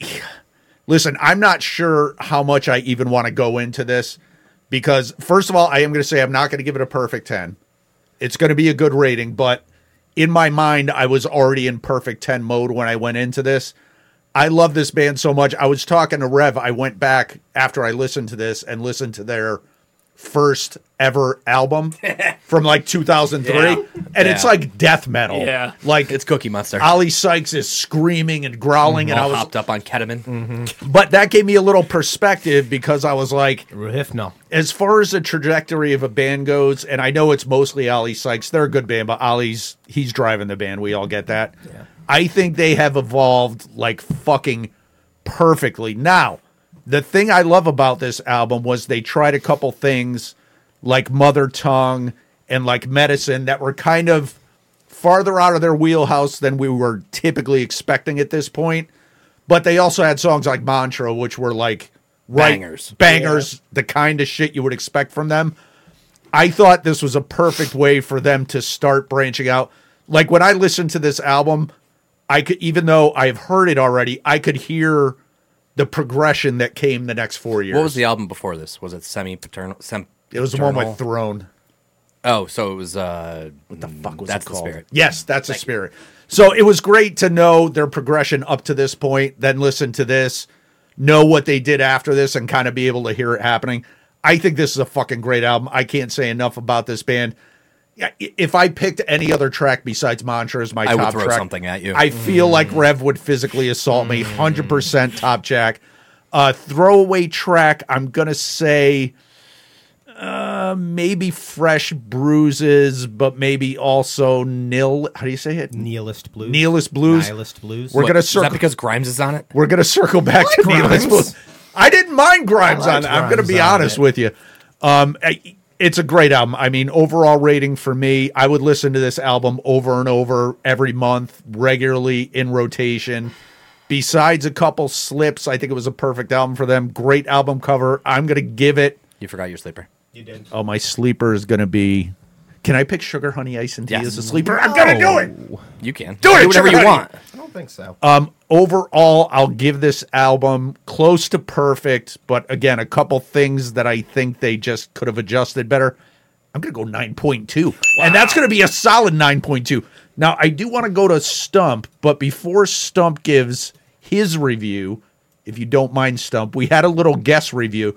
S1: listen. I'm not sure how much I even want to go into this because, first of all, I am going to say I'm not going to give it a perfect 10. It's going to be a good rating, but in my mind, I was already in perfect 10 mode when I went into this. I love this band so much. I was talking to Rev. I went back after I listened to this and listened to their first ever album from like 2003. And it's
S2: Yeah.
S1: like death metal.
S3: Yeah.
S1: Like
S2: it's Cookie Monster.
S1: Ollie Sykes is screaming and growling. And I
S2: all
S1: was, Mm-hmm.
S2: hopped up on ketamine.
S1: but that gave me a little perspective because I was like,
S4: If no.
S1: as far as the trajectory of a band goes, and I know it's mostly Ali Sykes. They're a good band, but Ali's he's driving the band. We all get that. I think they have evolved like fucking perfectly. Now, the thing I love about this album was they tried a couple things like mother tongue and like medicine that were kind of farther out of their wheelhouse than we were typically expecting at this point. But they also had songs like Mantra, which were like right-
S2: Bangers.
S1: bangers, the kind of shit you would expect from them. I thought this was a perfect way for them to start branching out. Like when I listened to this album, I could, even though I've heard it already, I could hear the progression that came the next four years.
S2: What was the album before this? Was it semi paternal? Sem-
S1: It was the one
S2: paternal?
S1: with Throne.
S2: Oh, so it was. uh What the fuck was that's
S1: called?
S2: The spirit.
S1: Yes, that's a spirit. So it was great to know their progression up to this point, then listen to this. know what they did after this and kind of be able to hear it happening. I think this is a fucking great album. I can't say enough about this band. Yeah, i- If I picked any other track besides Mantra as my
S2: I would
S1: top
S2: throw
S1: track,
S2: something at you.
S1: I feel like Rev would physically assault me. Hundred percent top jack. Uh, throwaway track. I'm gonna say uh, maybe fresh bruises, but maybe also nil. How do you say it?
S4: Nihilist blues.
S1: Nihilist blues.
S4: Nihilist blues.
S1: We're gonna
S2: Is that
S1: circle.
S2: because Grimes is on it?
S1: we're gonna circle back
S4: I
S1: to
S4: like
S1: nihilist
S4: Grimes.
S1: blues. I didn't mind Grimes
S4: I
S1: on.
S4: liked
S1: I'm gonna
S4: Grimes
S1: be
S4: on
S1: honest
S4: it.
S1: with you. Um, I- it's a great album. I mean, overall rating for me, I would listen to this album over and over every month, regularly in rotation. Besides a couple slips, I think it was a perfect album for them. Great album cover. I'm gonna give it.
S2: You forgot your sleeper.
S4: You did.
S1: Oh, my sleeper is going to be. Can I pick Sugar Honey Ice and Tea as a sleeper? I'm
S4: No.
S1: going to do it.
S2: You can
S1: Do it,
S2: whatever you
S1: Trevor.
S2: want.
S4: I don't think so.
S1: Um, overall, I'll give this album close to perfect, but again, a couple things that I think they just could have adjusted better. I'm going to go 9.2, and that's going to be a solid 9.2. Now, I do want to go to Stump, but before Stump gives his review, if you don't mind, Stump, we had a little guest review.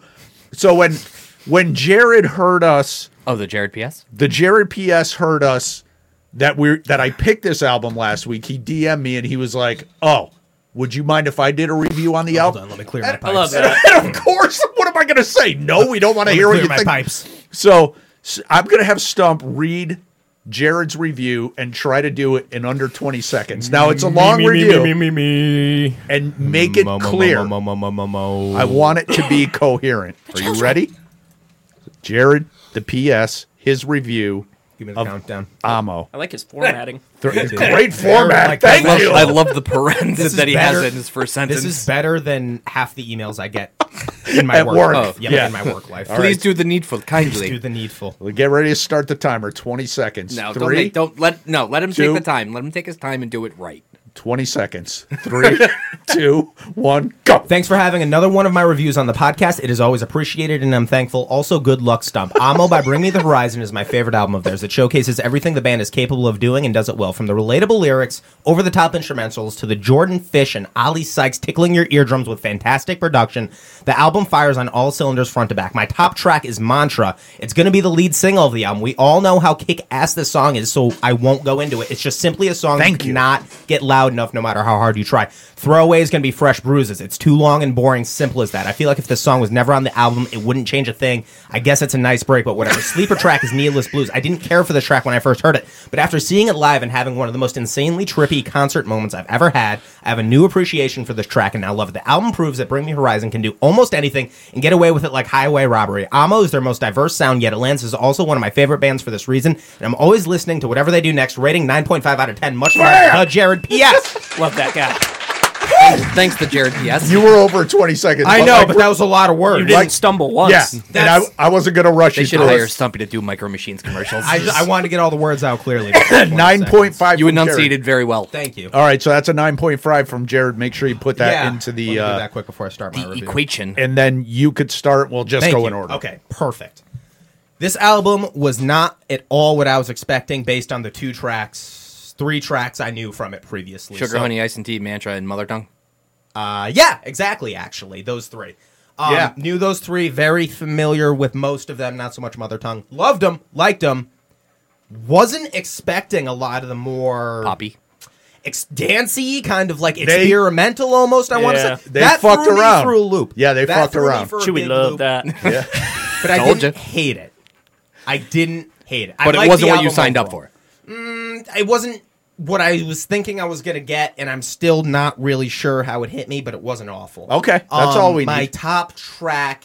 S1: So when when Jared heard us
S2: Oh, the Jared PS.
S1: the Jared PS heard us that we are that I picked this album last week. He DM'd me and he was like, "Oh, would you mind if I did a review on the
S4: Hold
S1: album?"
S4: on, let me clear my pipes.
S3: I love
S1: And,
S3: that.
S1: of course, what am I going to say? No, we don't want to
S4: Let me
S1: hear what
S4: clear
S1: you
S4: my
S1: think.
S4: pipes.
S1: So s- I'm going to have Stump read Jared's review and try to do it in under 20 seconds. Now it's a long
S4: me, me,
S1: review
S4: Me, Mm, me, me, me.
S1: and make it
S4: Mo, mo, mo,
S1: clear.
S4: mo, mo, mo, mo, mo.
S1: I want it to be coherent. Are you ready? Jared, the PS, his review,
S4: Give me the
S1: of-
S4: countdown.
S1: Amo.
S3: I like his formatting.
S1: Th-
S4: did.
S1: Great
S4: Very
S1: format.
S4: like-
S1: Thank
S4: I love-
S1: you.
S2: I love the parenthesis
S4: is
S2: that he
S4: better-
S2: has in his first sentence.
S4: This is better than half the emails I get in my
S1: At
S4: work.
S1: work.
S4: Oh, yeah,
S1: Yeah.
S4: in my work life.
S2: Please do the needful kindly.
S4: do the needful.
S1: Well, Get ready to start the timer. 20 seconds.
S2: no, don't,
S1: Three,
S2: make, don't let no let him
S1: two-
S2: take the time. Let him take his time and do it right.
S1: 20 seconds. Three, two, one, go.
S4: Thanks for having another one of my reviews on the podcast. It is always appreciated, and I'm thankful. Also, good luck, Stump. Amo by Bring Me the Horizon is my favorite album of theirs. It showcases everything the band is capable of doing and does it well, from the relatable lyrics, over the top instrumentals, to the Jordan Fish and Ollie Sykes tickling your eardrums with fantastic production. The album fires on all cylinders front to back. My top track is Mantra. It's going to be the lead single of the album. We all know how kick ass this song is, so I won't go into it. It's just simply a song
S1: Thank
S4: cannot
S1: you.
S4: not get loud enough no matter how hard you try. Throwaway is going to be fresh bruises. It's too long and boring, simple as that. I feel like if this song was never on the album, it wouldn't change a thing. I guess it's a nice break, but whatever. Sleeper track is Nihilist Blues. I didn't care for the track when I first heard it, but after seeing it live and having one of the most insanely trippy concert moments I've ever had, I have a new appreciation for this track and now love it. The album proves that Bring Me Horizon can do almost anything and get away with it like highway robbery. Amo is their most diverse sound yet. Atlantis is also one of my favorite bands for this reason, and I'm always listening to whatever they do next. Rating 9.5 out of 10. Much love, uh, Jared. P.S.
S3: Love that guy.
S2: Thanks to Jared PS.
S1: You were over 20 seconds.
S4: I know,
S1: like,
S4: but that was a lot of
S3: You
S4: words.
S3: didn't
S1: Like-
S3: stumble
S1: Yeah.
S3: once.
S1: And I, I wasn't going to rush
S2: they
S1: you
S2: should
S1: through
S2: hire
S1: it.
S2: Stumpy to do Micro Machines commercials.
S4: I, just- I wanted to get all the words out clearly. Nine
S1: 9.5.
S2: you
S1: from Jared.
S2: enunciated very well.
S4: Thank you.
S1: All right. So that's a 9.5 from Jared. Make sure you put that
S4: Yeah.
S1: into
S4: Let me
S1: the.
S4: do
S1: Uh,
S4: that quick before I start my
S2: the
S4: review.
S2: equation.
S1: and then you could start. We'll just
S4: Thank
S1: go
S4: you.
S1: in order.
S4: Okay, perfect. This album was not at all what I was expecting based on the two tracks, three tracks I knew from it previously.
S2: Sugar,
S4: So-
S2: honey, ice and tea, mantra, and mother tongue.
S4: Uh, yeah, exactly. Actually, those three. Um,
S1: Yeah.
S4: Knew those three. Very familiar with most of them. Not so much mother tongue. Loved them. Liked them. Wasn't expecting a lot of the more
S2: Poppy.
S4: ex- dancey kind of like experimental almost. I want
S3: Yeah.
S4: to say
S1: They
S4: that
S1: fucked
S4: threw me
S1: around.
S4: through a loop.
S1: Yeah, they
S4: That
S1: fucked
S4: threw me
S1: around.
S4: for a
S3: Chewy
S4: big
S3: loved
S4: loop,
S3: that.
S4: but I
S2: Told
S4: didn't
S2: ya.
S4: hate it. I didn't hate it. I
S2: But it
S4: liked the
S2: wasn't what you
S4: album
S2: signed up
S4: overall.
S2: for.
S4: It wasn't what I was thinking I was gonna get, and I'm still not really sure how it hit me, but it wasn't awful.
S1: Okay, that's
S4: Um,
S1: all we
S4: My
S1: need.
S4: top track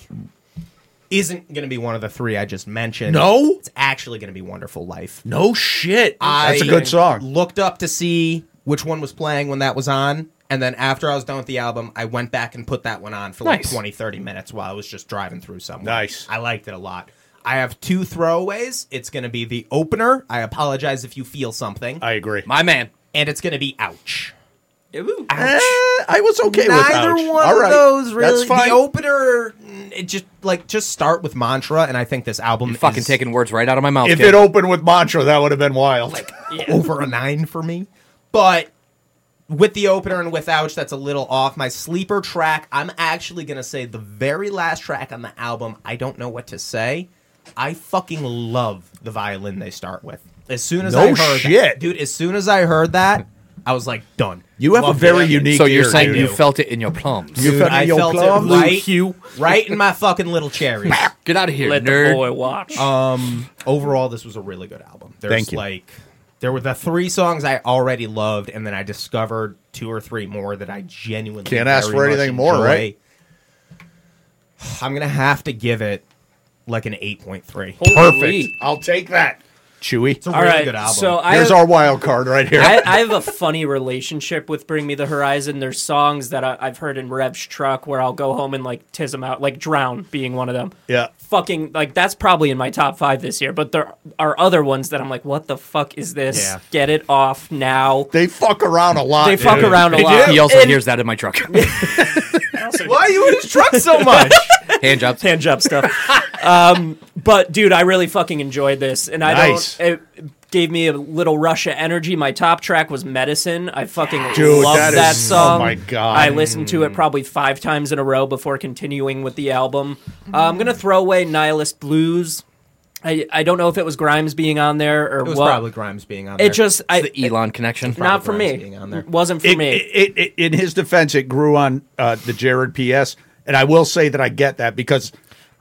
S4: isn't gonna be one of the three I just mentioned.
S1: No?
S4: it's actually gonna be Wonderful Life.
S1: No shit.
S4: I
S1: that's a good song.
S4: Looked up to see which one was playing when that was on. And then after I was done with the album, I went back and put that one on for like
S2: Nice.
S4: twenty, thirty 20, 30 minutes while I was just driving through somewhere.
S1: Nice.
S4: I liked it a lot. I have two throwaways. It's going to be the opener. I apologize if you feel something.
S1: I agree.
S2: My man.
S4: and it's going to be ouch.
S3: Ooh.
S1: Eh, I was okay with
S4: Neither
S1: Ouch.
S4: one
S1: All right.
S4: of those really.
S1: That's fine.
S4: The opener, mm, it just like just start with mantra, and I think this album is
S2: Fucking taking words right out of my mouth.
S1: if
S2: kid.
S1: it opened with Mantra, that would have been wild.
S4: like over a nine for me. But with the opener and without, that's a little off. My sleeper track, I'm actually going to say the very last track on the album, I don't know what to say. I fucking love the violin they start with. As soon as
S1: No
S4: I heard
S1: shit.
S4: That, dude, as soon as I heard that, I was like, done.
S1: You have a
S4: Loved
S1: very
S4: it.
S1: unique.
S2: So you're
S1: ear,
S2: saying
S1: dude.
S2: you felt it in your plums.
S1: You
S4: Dude,
S1: felt it in
S4: I
S1: your
S4: felt it
S1: plums?
S4: right,
S3: Hugh.
S4: right in my fucking little cherry.
S2: Get out of here,
S3: Let
S2: nerd.
S3: the boy watch.
S4: Um, overall, this was a really good album. There's
S1: Thank you.
S4: like there were the three songs I already loved, and then I discovered two or three more that I genuinely
S1: Can't ask
S4: very
S1: for
S4: much
S1: anything more,
S4: enjoy.
S1: right?
S4: I'm gonna have to give it like an eight point three.
S3: Holy.
S1: Perfect. I'll take that. Chewy.
S4: It's a
S3: All
S4: really
S3: right,
S4: good album.
S3: so I
S1: Here's
S3: have-
S1: our wild card right here.
S3: I, I have a funny relationship with Bring Me the Horizon. There's songs that I, I've heard in Rev's truck where I'll go home and like tiz them out, like Drown being one of them.
S1: Yeah.
S3: Fucking like that's probably in my top five this year, but there are other ones that I'm like, what the fuck is this?
S4: Yeah.
S3: Get it off now.
S1: they fuck around a lot.
S3: They fuck
S1: dude.
S3: around a lot.
S2: He also
S3: And-
S2: hears that in my truck.
S4: why are you in his truck so much?
S2: Hand jobs.
S3: hand job stuff. um, but dude, I really fucking enjoyed this, and I
S1: Nice.
S3: don't. It gave me a little rush of energy. My top track was "Medicine." I fucking
S1: Dude,
S3: love
S1: that
S3: that,
S1: is- oh
S3: song.
S1: my God.
S3: I listened to it
S4: Mm.
S3: probably five times in a row before continuing with the album. Uh, I'm gonna throw away "Nihilist Blues." I, I don't know if it was Grimes being on there or
S4: It was
S3: what.
S4: probably Grimes being on. There.
S3: it just I
S2: The Elon connection.
S3: not for
S4: Grimes
S3: me.
S4: being on there.
S3: Wasn't for
S1: It,
S3: me.
S1: it, it, in his defense, it grew on uh, the Jared PS. And I will say that I get that because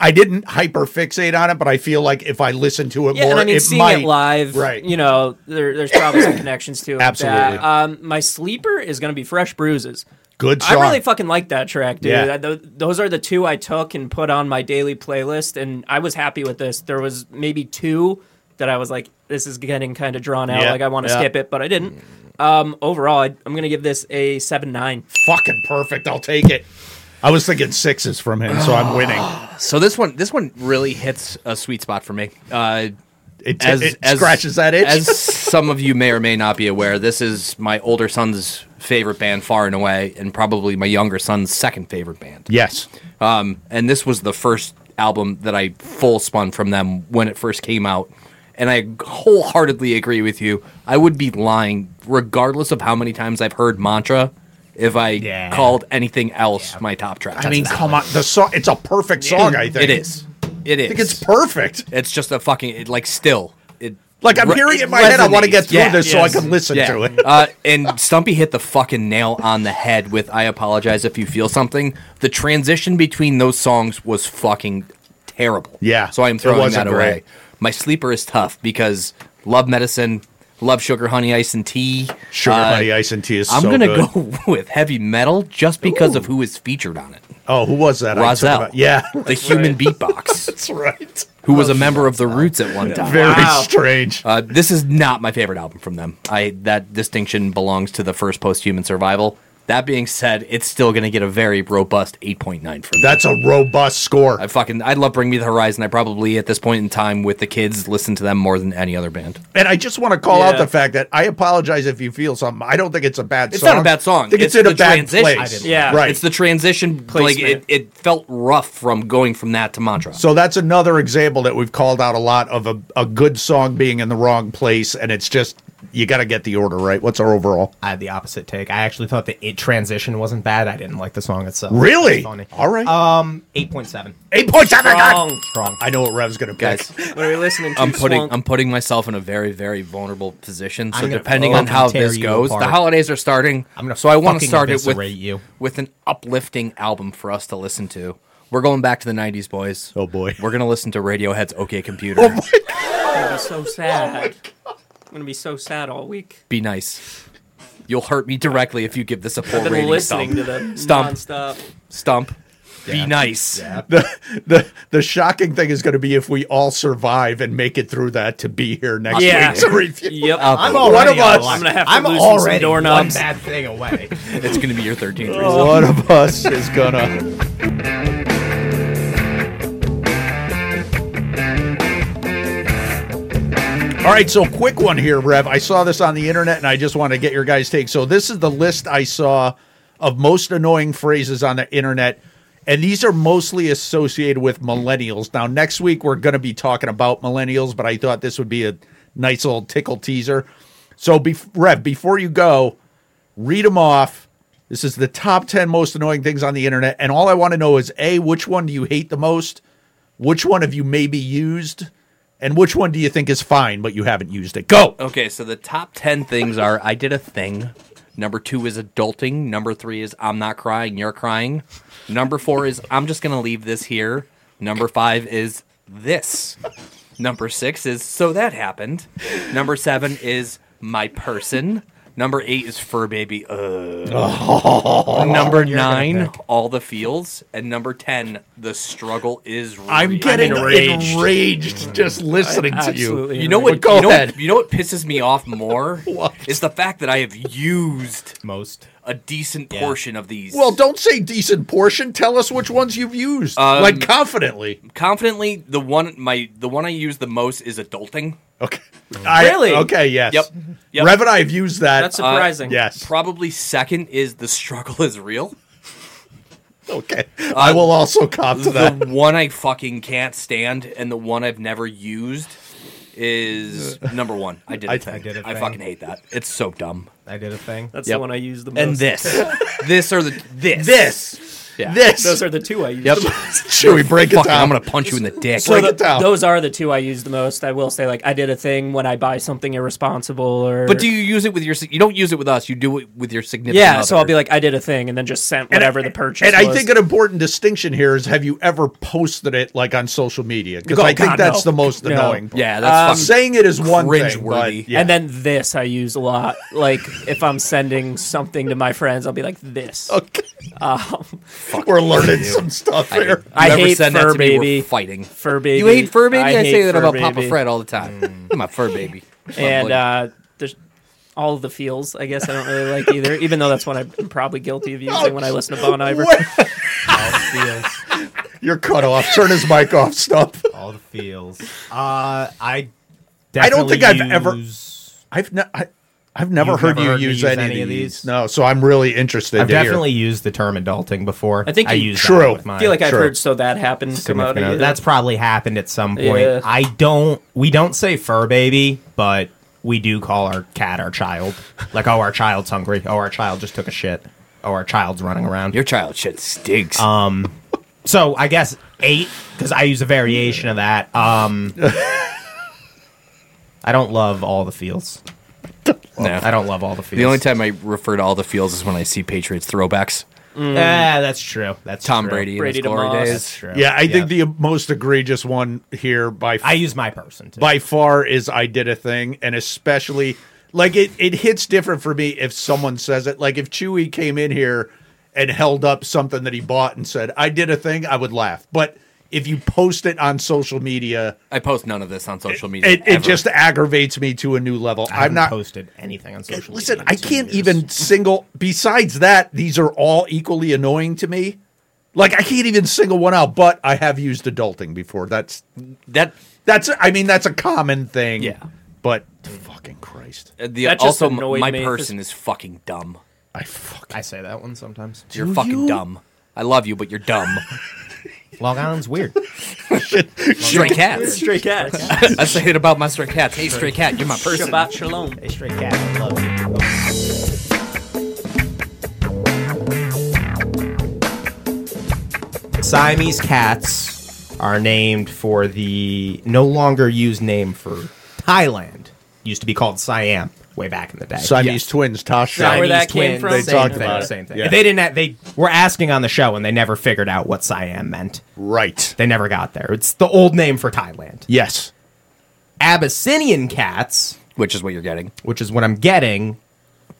S1: I didn't hyper fixate on it, but I feel like if I listen to it
S3: Yeah,
S1: more,
S3: and I mean,
S1: it
S3: seeing
S1: might.
S3: it live,
S1: Right.
S3: You know, there, there's probably some connections to it. with
S1: Absolutely.
S3: that. Um, my sleeper is going to be Fresh Bruises.
S1: Good
S3: I
S1: song.
S3: really fucking like that track, dude.
S1: Yeah.
S3: I- th- those are the two I took and put on my daily playlist, and I was happy with this. There was maybe two that I was like, "This is getting kind of drawn out.
S1: Yeah,
S3: Like, I want to
S1: yeah.
S3: skip it," but I didn't. Um, overall, I, I'm going to give this a seven nine.
S1: fucking perfect. I'll take it. I was thinking sixes from him, so I'm winning.
S2: So this one, this one really hits a sweet spot for me. Uh,
S1: It, it scratches that itch.
S2: As some of you may or may not be aware, this is my older son's favorite band, far and away, and probably my younger son's second favorite band.
S1: yes.
S2: Um, and this was the first album that I full spun from them when it first came out. And I wholeheartedly agree with you. I would be lying, regardless of how many times I've heard Mantra, if I
S4: Yeah.
S2: called anything else my top track.
S1: I mean, come on. The song. It's a perfect song. I think
S2: it is. It is.
S1: I think it's perfect.
S2: it's just a fucking it, like still it
S1: Like I'm
S2: re-
S1: hearing it
S2: it
S1: in my head. I want to
S2: resonates.
S1: get through
S2: Yeah.
S1: this
S3: yes.
S1: so I can listen
S2: yeah.
S1: to it.
S2: uh, and Stumpy hit the fucking nail on the head with "I apologize if you feel something." The transition between those songs was fucking terrible.
S1: Yeah.
S2: so I'm
S1: It
S2: throwing
S1: wasn't
S2: that away.
S1: great.
S2: My sleeper is tough because love medicine, love sugar, honey, ice, and tea.
S1: Sugar,
S2: Uh,
S1: honey, ice, and tea is
S2: I'm
S1: so
S2: gonna
S1: good.
S2: go with heavy metal just because of who is featured on it.
S1: Oh, who was that? I took
S2: Rozelle.
S1: about- Yeah,
S2: The human beatbox,
S1: that's right.
S2: who was a member of the Roots at one time.
S1: Very
S3: Wow.
S1: strange.
S2: Uh, this is not my favorite album from them. I that distinction belongs to the first post-human survival. That being said, it's still going to get a very robust 8.9 from me.
S1: That's a robust score.
S2: I fucking I love Bring Me the Horizon. I probably at this point in time with the kids listen to them more than any other band.
S1: and I just want to call out
S3: Yeah.
S1: the fact that I apologize if you feel something. I don't think it's a bad
S2: It's
S1: song.
S2: not a bad song.
S1: I think it's, in
S2: It's
S1: a
S2: the
S1: bad
S2: transition. I
S1: place.
S2: didn't
S3: like it.
S1: right.
S2: It's the transition like
S3: Placement.
S2: it, it felt rough from going from that to Mantra.
S1: so that's another example that we've called out a lot of a, a good song being in the wrong place, and it's just you got to get the order right. What's our overall?
S4: I had the opposite take. I actually thought the it transition wasn't bad. I didn't like the song itself.
S1: Really?
S4: It's funny.
S1: All right.
S4: Um, eight point seven.
S1: Eight point seven.
S3: Wrong.
S4: Strong.
S1: I know what Rev's gonna pick.
S2: Guys,
S3: What are we listening to?
S2: I'm putting
S3: Swamp?
S2: I'm putting myself in a very very vulnerable position. So
S4: I'm gonna
S2: depending on
S4: fucking
S2: how
S4: tear
S2: this
S4: you
S2: goes, the
S4: apart.
S2: holidays are starting.
S4: I'm gonna
S2: so I want to
S4: fucking
S2: start it with
S4: eviscerate you.
S2: with an uplifting album for us to listen to. We're going back to the '90s, boys.
S1: Oh, boy. Oh,
S2: we're gonna listen to Radiohead's "OK Computer."
S3: I'm gonna be so sad. I'm gonna be so sad all week.
S2: Be nice. You'll hurt me directly if you give this a poor
S3: I've been
S2: rating.
S3: listening
S2: Stump.
S3: to them
S2: Stump.
S3: nonstop.
S2: Stump. Be nice.
S1: the the shocking thing is going to be if we all survive and make it through that to be here next
S3: Yeah.
S1: week to review.
S3: Yep.
S2: I'm
S1: One already of us-
S3: I'm gonna have to loosen some doorknobs.
S4: bad thing away.
S2: It's gonna be your 13th. reason.
S1: One of us is gonna. All right, so quick one here, Rev. I saw this on the internet and I just want to get your guys' take. So, this is the list I saw of most annoying phrases on the internet, and these are mostly associated with millennials. Now, next week we're going to be talking about millennials, but I thought this would be a nice little tickle teaser. So, bef- Rev, before you go, read them off. This is the top 10 most annoying things on the internet. And all I want to know is A, which one do you hate the most? Which one have you maybe used? And which one do you think is fine, but you haven't used it? Go.
S2: Okay, so the top 10 things are I did a thing. Number two is adulting. Number three is I'm not crying, you're crying. Number four is I'm just going to leave this here. Number five is this. Number six is so that happened. Number seven is my person. Number eight is fur baby. Ugh. number nine, all the feels. And number 10, the struggle is real.
S1: I'm getting enraged,
S4: enraged.
S1: just listening to you.
S3: absolutely
S2: You know
S1: But
S2: what?
S1: go
S2: you, know,
S1: ahead.
S2: what- you know what pisses me off more is the fact that I have used
S4: Most.
S2: a decent portion of these.
S1: Well, don't say decent portion. Tell us which ones you've used, like confidently.
S2: confidently, the one my the one I use the most is adulting.
S1: Okay. I-
S3: Really?
S1: okay. Yes.
S2: Yep. Yep.
S1: Rev and I have used that. Uh,
S3: That's surprising.
S1: yes.
S2: Probably second is the struggle is real.
S1: okay. I will also cop to that.
S2: The one I fucking can't stand, and the one I've never used is number one. I did a
S1: I-
S2: thing.
S1: I
S2: I,
S4: did a thing.
S2: fucking hate that. It's so dumb.
S4: I did a thing.
S3: That's
S2: Yep.
S3: the one I use the most.
S2: And this, this or the this
S1: This.
S2: Yeah.
S1: This.
S3: Those are the two I use.
S2: Yep.
S3: the most.
S1: Should we break it
S2: Fucking,
S1: down?
S2: I'm gonna punch you in the dick.
S1: So Break
S3: So
S1: it down.
S3: Those are the two I use the most. I will say, like, I did a thing when I buy something irresponsible or.
S2: But do you use it with your? You don't use it with us. You do it with your significant.
S3: Yeah,
S2: other.
S3: so I'll be like, I did a thing, and then just sent
S1: And I-
S3: whatever the purchase.
S1: And I
S3: was.
S1: think an important distinction here is: have you ever posted it like on social media? Because
S3: Oh,
S1: I think
S3: God,
S1: that's
S3: no.
S1: the most
S3: No.
S1: annoying. Part.
S2: yeah, that's fucking
S1: Saying it is one thing, but
S2: Cringeworthy.
S1: yeah.
S3: And then this I use a lot. Like if I'm sending something to my friends, I'll be like this.
S1: Okay. We're learning some stuff here.
S3: I
S2: Whoever
S3: hate
S2: said
S3: fur
S2: that to me, we're
S3: baby.
S2: fighting.
S3: Fur baby.
S2: You hate fur baby? I,
S3: hate
S2: say that
S3: fur
S2: about
S3: baby.
S2: Papa Fred all the time. I'm a Mm. fur baby.
S3: And uh, there's all the feels. I guess I don't really like either, even though that's one I'm probably guilty of using when I listen to Bon Iver.
S1: Wait,
S4: Feels.
S1: You're cut off. Turn his mic off. Stop.
S4: All the feels. Uh, I.
S1: don't think
S4: definitely
S1: I've ever-
S4: use-
S1: I've ne- I, I've never
S4: You've
S1: heard
S4: never
S1: you
S4: heard me
S1: use,
S4: use
S1: any, of these. No, so I'm really interested.
S4: I've
S1: to hear.
S4: definitely used the term adulting before.
S3: I think
S4: I
S3: you-
S4: use
S1: True.
S4: That with my
S3: I feel like I've
S1: Sure.
S3: heard so that happened come out.
S4: significant other.
S3: Of
S4: That's probably happened at some point.
S3: Yeah.
S4: I don't. We don't say fur baby, but we do call our cat our child. Like, oh, our child's hungry. Oh, our child just took a shit. Oh, our child's running around.
S2: Your child shit stinks.
S4: So I guess eight because I use a variation of that. Um, I don't love all the feels.
S2: No.
S4: I don't love all the feels.
S2: the only time I refer to all the feels is when I see Patriots throwbacks.
S4: Ah, that's true. That's
S2: Mm. Tom
S4: true.
S2: Brady,
S3: Brady
S2: in
S3: to
S2: his glory
S3: Moss.
S2: days.
S4: That's true.
S1: Yeah, I think the most egregious one here by
S4: I use my person too.
S1: by far is I did a thing, and especially like it it hits different for me if someone says it. Like if Chewy came in here and held up something that he bought and said I did a thing, I would laugh. But if you post it on social media,
S2: I post none of this on social media.
S1: it, it
S2: ever.
S1: just aggravates me to a new level.
S4: I
S1: I'm
S4: haven't
S1: not
S4: posted anything on social.
S1: Listen,
S4: media in
S1: I
S4: two
S1: can't
S4: years.
S1: even single. Besides that, these are all equally annoying to me. Like I can't even single one out. But I have used adulting before. That's
S2: that.
S1: that's. I mean, that's a common thing.
S2: Yeah.
S1: But fucking Christ,
S2: Uh, The,
S3: That just
S2: also,
S3: annoyed
S2: my
S3: me.
S2: person is fucking dumb.
S1: I fucking
S4: I say that one sometimes.
S2: You're fucking dumb. I love you, but you're dumb.
S4: Long Island's weird.
S2: stray cats.
S3: Stray cats.
S2: I say it about my stray cats. Hey, stray cat, you're my person.
S3: Shabbat shalom.
S4: Hey, straight cat. I love you. Siamese cats are named for the no longer used name for Thailand. Used to be called Siam way back in the day.
S1: Siamese
S2: Yes.
S1: twins, Tosh.
S3: that where
S1: Siamese.
S3: that came from?
S4: They
S3: They
S4: same
S1: talked
S4: thing,
S1: about it.
S4: same thing.
S1: Yeah.
S4: They didn't. ha- They were asking on the show, and they never figured out what Siam meant.
S1: Right.
S4: They never got there. It's the old name for Thailand.
S1: Yes.
S4: Abyssinian cats,
S2: Which is what you're getting.
S4: which is what I'm getting,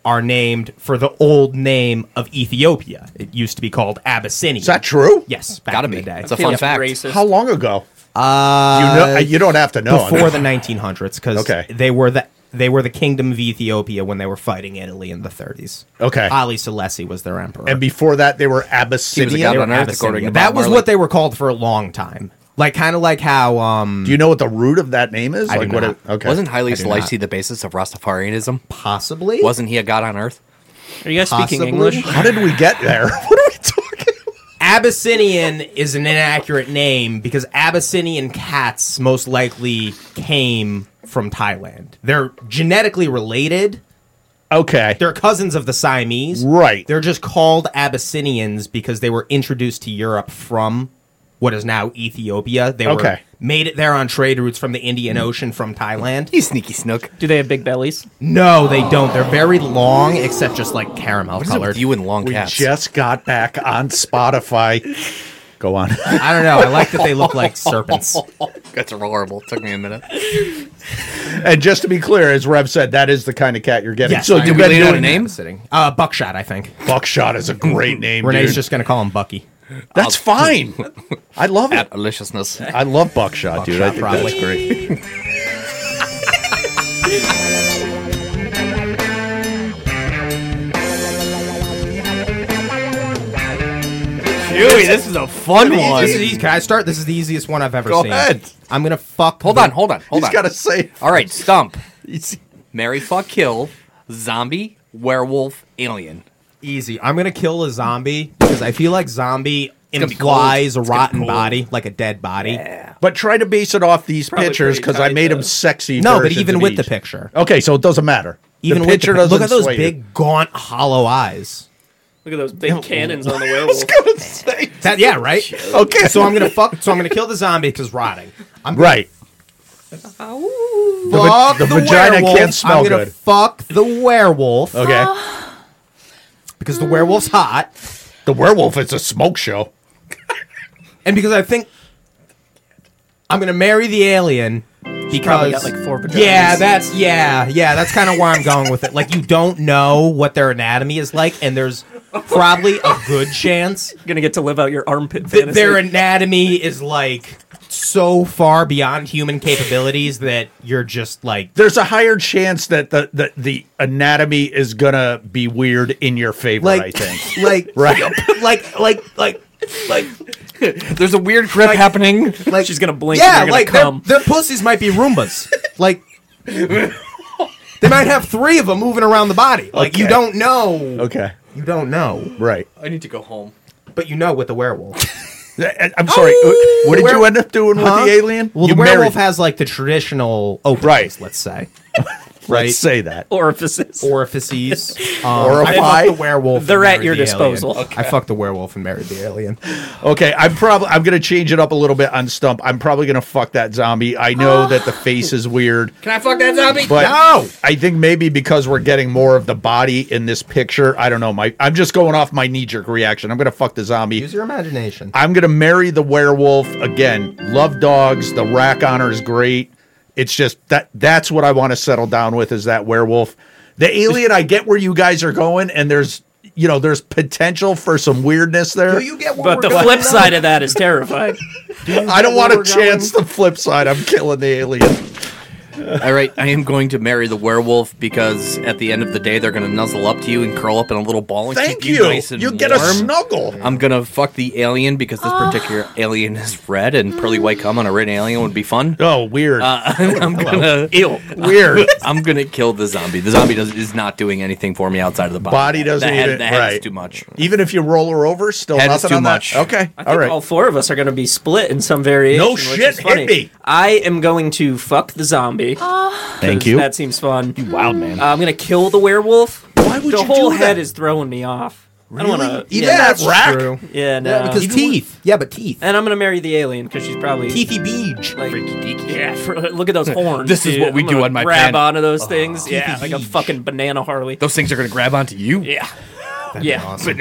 S4: are named for the old name of Ethiopia. It used to be called Abyssinia.
S1: Is that true?
S4: Yes, back
S2: Gotta
S4: in
S2: be.
S4: the day.
S2: That's a
S3: Feels
S2: fun fact.
S3: racist.
S1: How long ago? Uh, you know, you don't have to know.
S4: before the 1900s because
S1: Okay.
S4: they were the they were the kingdom of Ethiopia when they were fighting Italy in the 30s.
S1: Okay.
S4: Ali Selassie was their emperor.
S1: and before that, they were
S2: He was a
S1: Abyssinian.
S2: god
S4: They were
S2: on Earth, according
S4: Abyssinia.
S2: to
S4: That
S2: Bob
S4: was
S2: Marley.
S4: what they were called for a long time. Like kind of like how um
S1: Do you know what the root of that name is?
S4: I do
S1: what?
S4: not.
S1: It, okay.
S2: Wasn't Haile
S4: I do
S2: Selassie the basis of Rastafarianism?
S4: possibly
S2: Wasn't he a god on Earth?
S3: Are you guys speaking
S4: Possibly.
S3: English?
S1: How did we get there? what are we talking? about?
S4: Abyssinian is an inaccurate name because Abyssinian cats most likely came from Thailand. They're genetically related,
S1: Okay.
S4: They're cousins of the Siamese.
S1: Right.
S4: They're just called Abyssinians because they were introduced to Europe from what is now Ethiopia. They were
S1: Okay.
S4: made it there on trade routes from the Indian Ocean from Thailand.
S2: You sneaky snook.
S3: Do they have big bellies?
S4: No, they don't. They're very long except just like caramel
S2: What's up
S4: colored.
S2: with you and long
S1: we
S2: cats?
S1: just got back on Spotify. Go on.
S4: I don't know. I like that they look like serpents.
S2: That's horrible. Took me a minute.
S1: and just to be clear, as Rev said, that is the kind of cat you're getting.
S4: Yes,
S1: so
S4: I
S1: you
S2: Did we
S1: better
S2: lay
S1: do
S2: down a
S1: it.
S2: name?
S4: Sitting. Uh, buckshot, I think.
S1: Buckshot is a great name.
S4: Renee's
S1: dude.
S4: just going to call him Bucky.
S1: That's fine. I love it.
S2: At deliciousness.
S1: I love buckshot, dude. I think
S4: Buckshot,
S1: that's great.
S2: Chewy, this is a fun one.
S4: This is easy. Can I start? This is the easiest one I've ever
S1: Go
S4: seen.
S1: ahead.
S4: I'm going to fuck.
S2: Hold
S4: the-
S2: on, hold on, hold
S1: He's
S2: on.
S1: got to say.
S2: All right, stump.
S1: he's-
S2: Marry, fuck, kill. Zombie, werewolf, alien.
S4: easy. I'm gonna kill a zombie because I feel like zombie
S2: gonna be
S4: implies
S2: cold. It's
S4: a
S2: gonna be
S4: rotten
S2: cold.
S4: body, like a dead body.
S1: But try to base it off these pictures
S3: pretty
S1: because I
S3: tight,
S1: made
S3: though.
S1: them sexy.
S4: No, but
S1: versions
S4: even
S1: of
S4: with
S1: each.
S4: the picture,
S2: Oh,
S1: Okay, so it doesn't matter.
S4: even
S1: the
S4: with
S1: picture
S4: the, pic-
S1: doesn't
S4: look at those
S1: sway you.
S4: big, gaunt, hollow eyes.
S3: Look at those big cannons on the werewolf.
S1: gonna say.
S4: That, yeah, right.
S1: Okay,
S4: so I'm gonna fuck. So I'm gonna kill the zombie because rotting. I'm gonna
S1: right. va-
S4: fuck
S1: the
S4: the,
S1: vagina
S4: werewolf.
S1: can't smell
S4: I'm gonna
S1: good.
S4: Fuck the werewolf
S1: Okay,
S4: Ah. because the werewolf's hot,
S1: the werewolf is a smoke show.
S4: and because I think I'm gonna marry the alien. Because
S3: Probably got like four vaginas.
S4: Yeah, that's yeah, yeah. That's kind of where I'm going with it. Like you don't know what their anatomy is like, and there's probably a good chance
S3: You're gonna get to live out your armpit
S4: that
S3: fantasy.
S4: their anatomy is like so far beyond human capabilities that you're just like
S1: There's a higher chance that the the, the anatomy is gonna be weird in your favor. I
S4: like
S1: think.
S4: like
S1: Right.
S4: like like like like
S2: There's a weird grip happening.
S4: like
S3: She's gonna blink. and
S4: yeah
S3: you're gonna
S4: like their,
S3: come.
S4: their pussies might be Roombas like. They might have three of them moving around the body. Like you
S1: Okay.
S4: don't know.
S1: Okay,
S4: You don't know.
S1: right.
S2: I need to go home.
S4: But you know with the werewolf.
S1: I- I'm sorry. what did you
S4: Were-
S1: end up doing
S4: Huh?
S1: with the alien?
S4: Well,
S1: you
S4: the werewolf
S1: married-
S4: has like the traditional openings,
S1: Right.
S4: let's say.
S1: Let's
S4: right.
S1: say that.
S3: orifices.
S4: Orifices. Um,
S1: Orify.
S4: I fucked the werewolf.
S3: They're
S4: and
S3: at
S4: married
S3: your
S4: the alien.
S3: disposal.
S4: I fucked the werewolf and married the alien.
S1: Okay, I'm probably I'm gonna change it up a little bit on Stump. I'm probably gonna fuck that zombie. I know that the face is weird,
S2: Can I fuck that zombie?
S1: but I think maybe because we're getting more of the body in this picture, I don't know. My I'm just going off my knee jerk reaction. I'm gonna fuck the zombie.
S4: Use your imagination.
S1: I'm gonna marry the werewolf again. Love dogs. The rack honor is great. It's just that that's what I want to settle down with is that werewolf. The alien. I get where you guys are going, and there's you know there's potential for some weirdness there.
S4: Do you get what
S3: But the flip side of that is terrifying.
S1: I don't want
S4: we're
S1: to chance the flip side. I'm killing the alien.
S2: All right, I am going to marry the werewolf because at the end of the day, they're going to nuzzle up to you and curl up in a little ball and
S1: Thank
S2: keep you,
S1: you.
S2: nice and
S1: You get a
S2: warm. Um,
S1: snuggle.
S2: I'm going to fuck the alien because this particular alien is red and pearly white cum on a red alien would be fun.
S1: Oh, weird.
S2: uh, I'm gonna,
S3: Ew.
S1: weird.
S2: I'm gonna kill the zombie. The zombie does, is not doing anything for me outside of the body.
S1: Body doesn't
S2: the head,
S1: even-
S2: the head's
S1: right.
S2: too much.
S1: Even if you roll her over, still
S2: Head is
S1: nothing
S2: too
S1: on
S2: much.
S1: that. Okay.
S3: I think
S1: all right.
S3: all four of us are going to be split in some variation.
S1: No
S3: which
S1: shit,
S3: is
S1: hit
S3: funny.
S1: me.
S3: I am going to fuck the zombie.
S1: Thank you.
S3: That seems fun. Uh,
S2: Wild man.
S3: I'm going to kill the werewolf.
S1: Why would
S3: the
S1: you
S3: whole
S1: do
S3: head
S1: that?
S3: is throwing me off. I
S1: Really?
S3: don't want to.
S1: Even
S3: Yeah,
S1: that rack.
S4: True.
S3: yeah, no.
S4: Yeah, because teeth. Yeah, but teeth.
S3: and I'm going to marry the alien because she's probably.
S4: Teethy beach.
S3: Like, yeah, for, look at those horns.
S2: This is
S3: dude.
S2: what we
S3: I'm
S2: do
S3: gonna
S2: on my
S3: grab
S2: pen.
S3: onto those
S1: Oh.
S3: things. yeah,
S4: Teethy
S3: like a
S4: beach.
S3: fucking banana Harley.
S2: Those things are gonna grab onto you.
S3: Yeah, yeah.
S4: Awesome.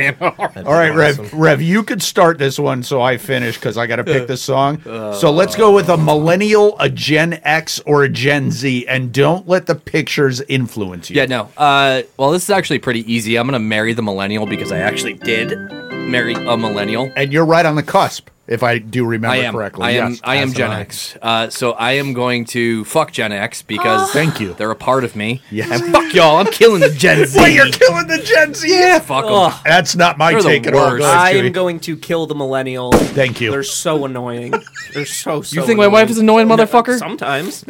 S1: All right, Rev. Rev, you could start this one so I finish because I got to pick the
S4: Uh,
S1: song. so let's go with a millennial, a Gen X, or a Gen Z, and don't let the pictures influence you.
S2: Yeah, no. Uh, well, this is actually pretty easy. I'm gonna marry the millennial because I actually did marry a millennial.
S1: And you're right on the cusp, if I do remember
S2: I am.
S1: correctly.
S2: I am.
S1: Yes.
S2: I am
S4: that's
S2: Gen
S4: mine.
S2: X. Uh, so I am going to fuck Gen X because
S1: Oh. Thank you.
S2: They're a part of me.
S1: Yes.
S2: And fuck y'all. I'm killing the Gen Z.
S1: Wait, you're killing the Gen Z.
S2: yeah, fuck 'em.
S3: Ugh.
S1: That's not my
S2: They're the
S1: take at all.
S2: worst.
S1: Go ahead,
S3: I
S1: Chewie.
S3: am going to kill the millennial.
S1: Thank you.
S3: They're so annoying. They're so. so
S2: You think my wife is
S3: annoying.
S2: annoying, motherfucker?
S3: Sometimes.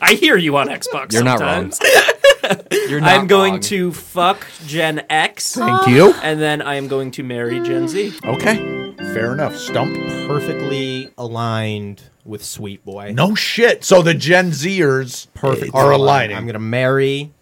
S3: I hear you on Xbox.
S2: You're not wrong.
S3: sometimes.
S2: You're not
S3: I'm going
S2: wrong.
S3: to fuck Gen X,
S1: Thank you.
S3: and then I am going to marry Gen Z.
S1: Okay. Fair enough. Stump.
S4: Perfectly aligned with Sweet Boy.
S1: No shit. So the Gen Zers
S4: Perfect.
S1: are
S4: aligned.
S1: aligning.
S4: I'm gonna marry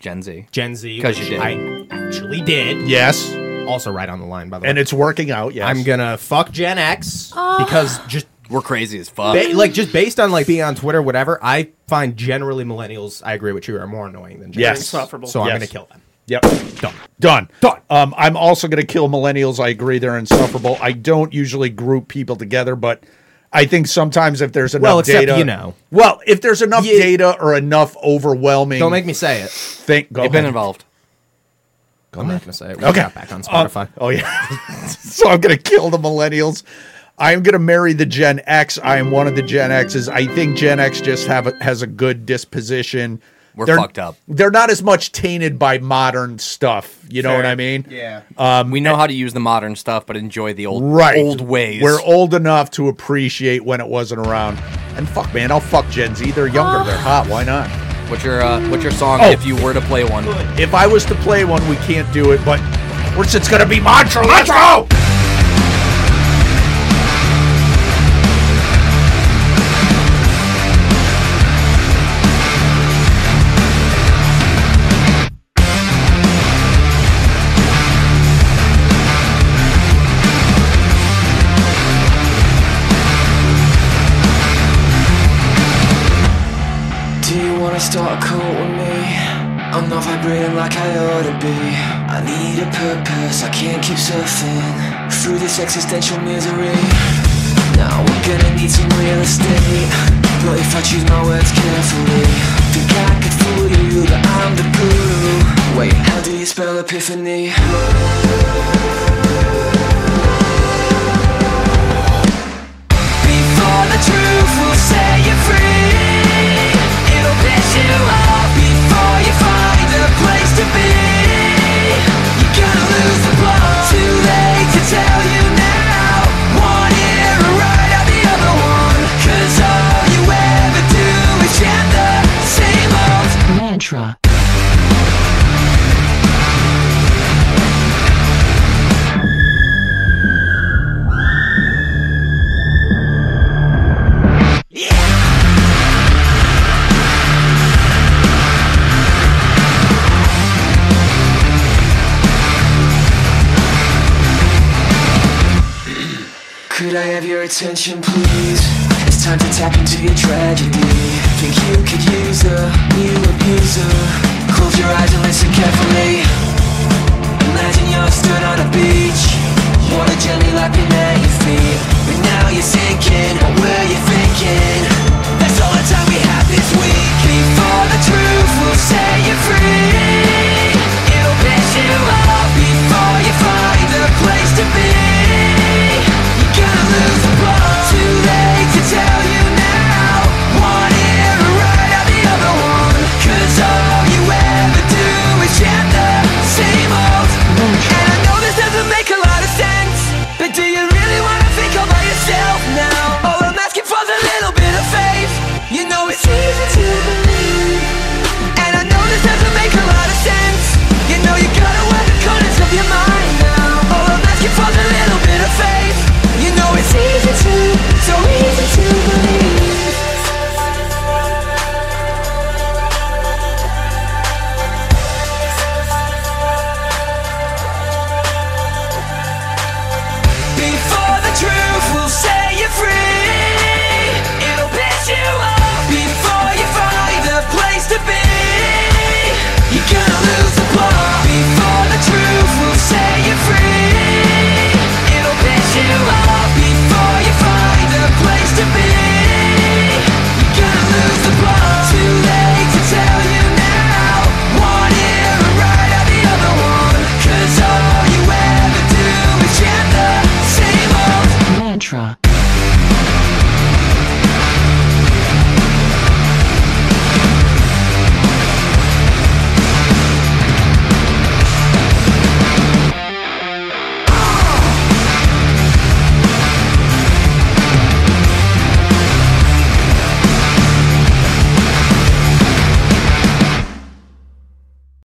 S2: Gen Z.
S4: Gen Z,
S2: 'Cause
S4: which
S2: you did.
S4: I actually did.
S1: Yes,
S4: Also, right on the line, by the way.
S1: and it's working out. Yes,
S4: I'm gonna fuck Gen X because just
S2: We're crazy as fuck.
S4: ba- like just based on like being on Twitter, whatever. I find generally millennials. I agree with you are more annoying than Gen
S1: Yes.
S4: X.
S3: Insufferable.
S4: So I'm
S1: Yes.
S4: gonna kill them.
S1: Yep.
S4: Done.
S1: Done. Done. Um, I'm also going to kill millennials. I agree they're insufferable. I don't usually group people together, but I think sometimes if there's enough
S4: Well, except,
S1: data,
S4: you know.
S1: well, if there's enough
S4: Yeah.
S1: data or enough overwhelming,
S4: Don't make me say it.
S1: think. Go
S2: They've been
S1: ahead.
S2: involved.
S4: I'm not gonna say it. We
S1: Okay.
S4: got back on Spotify.
S1: Oh yeah. so I'm gonna kill the millennials. I am gonna marry the Gen X. I am one of the Gen X's. I think Gen X just have a, has a good disposition.
S2: We're
S1: They're-
S2: fucked up.
S1: They're not as much tainted by modern stuff. You know what I mean?
S4: yeah.
S2: we know how to use the modern stuff, but enjoy the old
S1: Um, eh. Right.
S2: old ways.
S1: We're old enough to appreciate when it wasn't around. And fuck, man, I'll fuck Gen Z. They're younger. They're
S2: Ah.
S1: hot. Why not?
S2: what's your uh, what's your song
S1: Oh.
S2: if you were to play one?
S1: If I was to play one, we can't do it. But of course, it's gonna be Montreux. Let's go.
S5: Do you wanna start a cult with me? I'm not vibrating like I ought to be. I need a purpose, I can't keep surfing through this existential misery. Now I'm gonna need some real estate, but if I choose my words carefully, think I could fool you that I'm the guru. Wait, how do you spell epiphany? Before the truth will set you free, it'll piss you off before you find a place to be. You're gonna lose the plot. Too late to tell you now. One ear right out the other one. 'Cause all you ever do is chant the same old mantra. Could I have your attention, please? It's time to tap into your tragedy. Think you could use a new abuser? Close your eyes and listen carefully. Imagine you're stood on a beach. Water gently lapping at your feet. But now you're sinking. What were you thinking? That's all the time we have this week. Before the truth will set you free. It'll piss you off before you find a place to be. You gotta lose the plot. Too late to tell you now. One ear right out the other one. 'Cause all you ever do is chant the same old. And I know this doesn't make a lot of sense, but do you really wanna think all by yourself now? All I'm asking for's a little bit of faith. You know it's easy.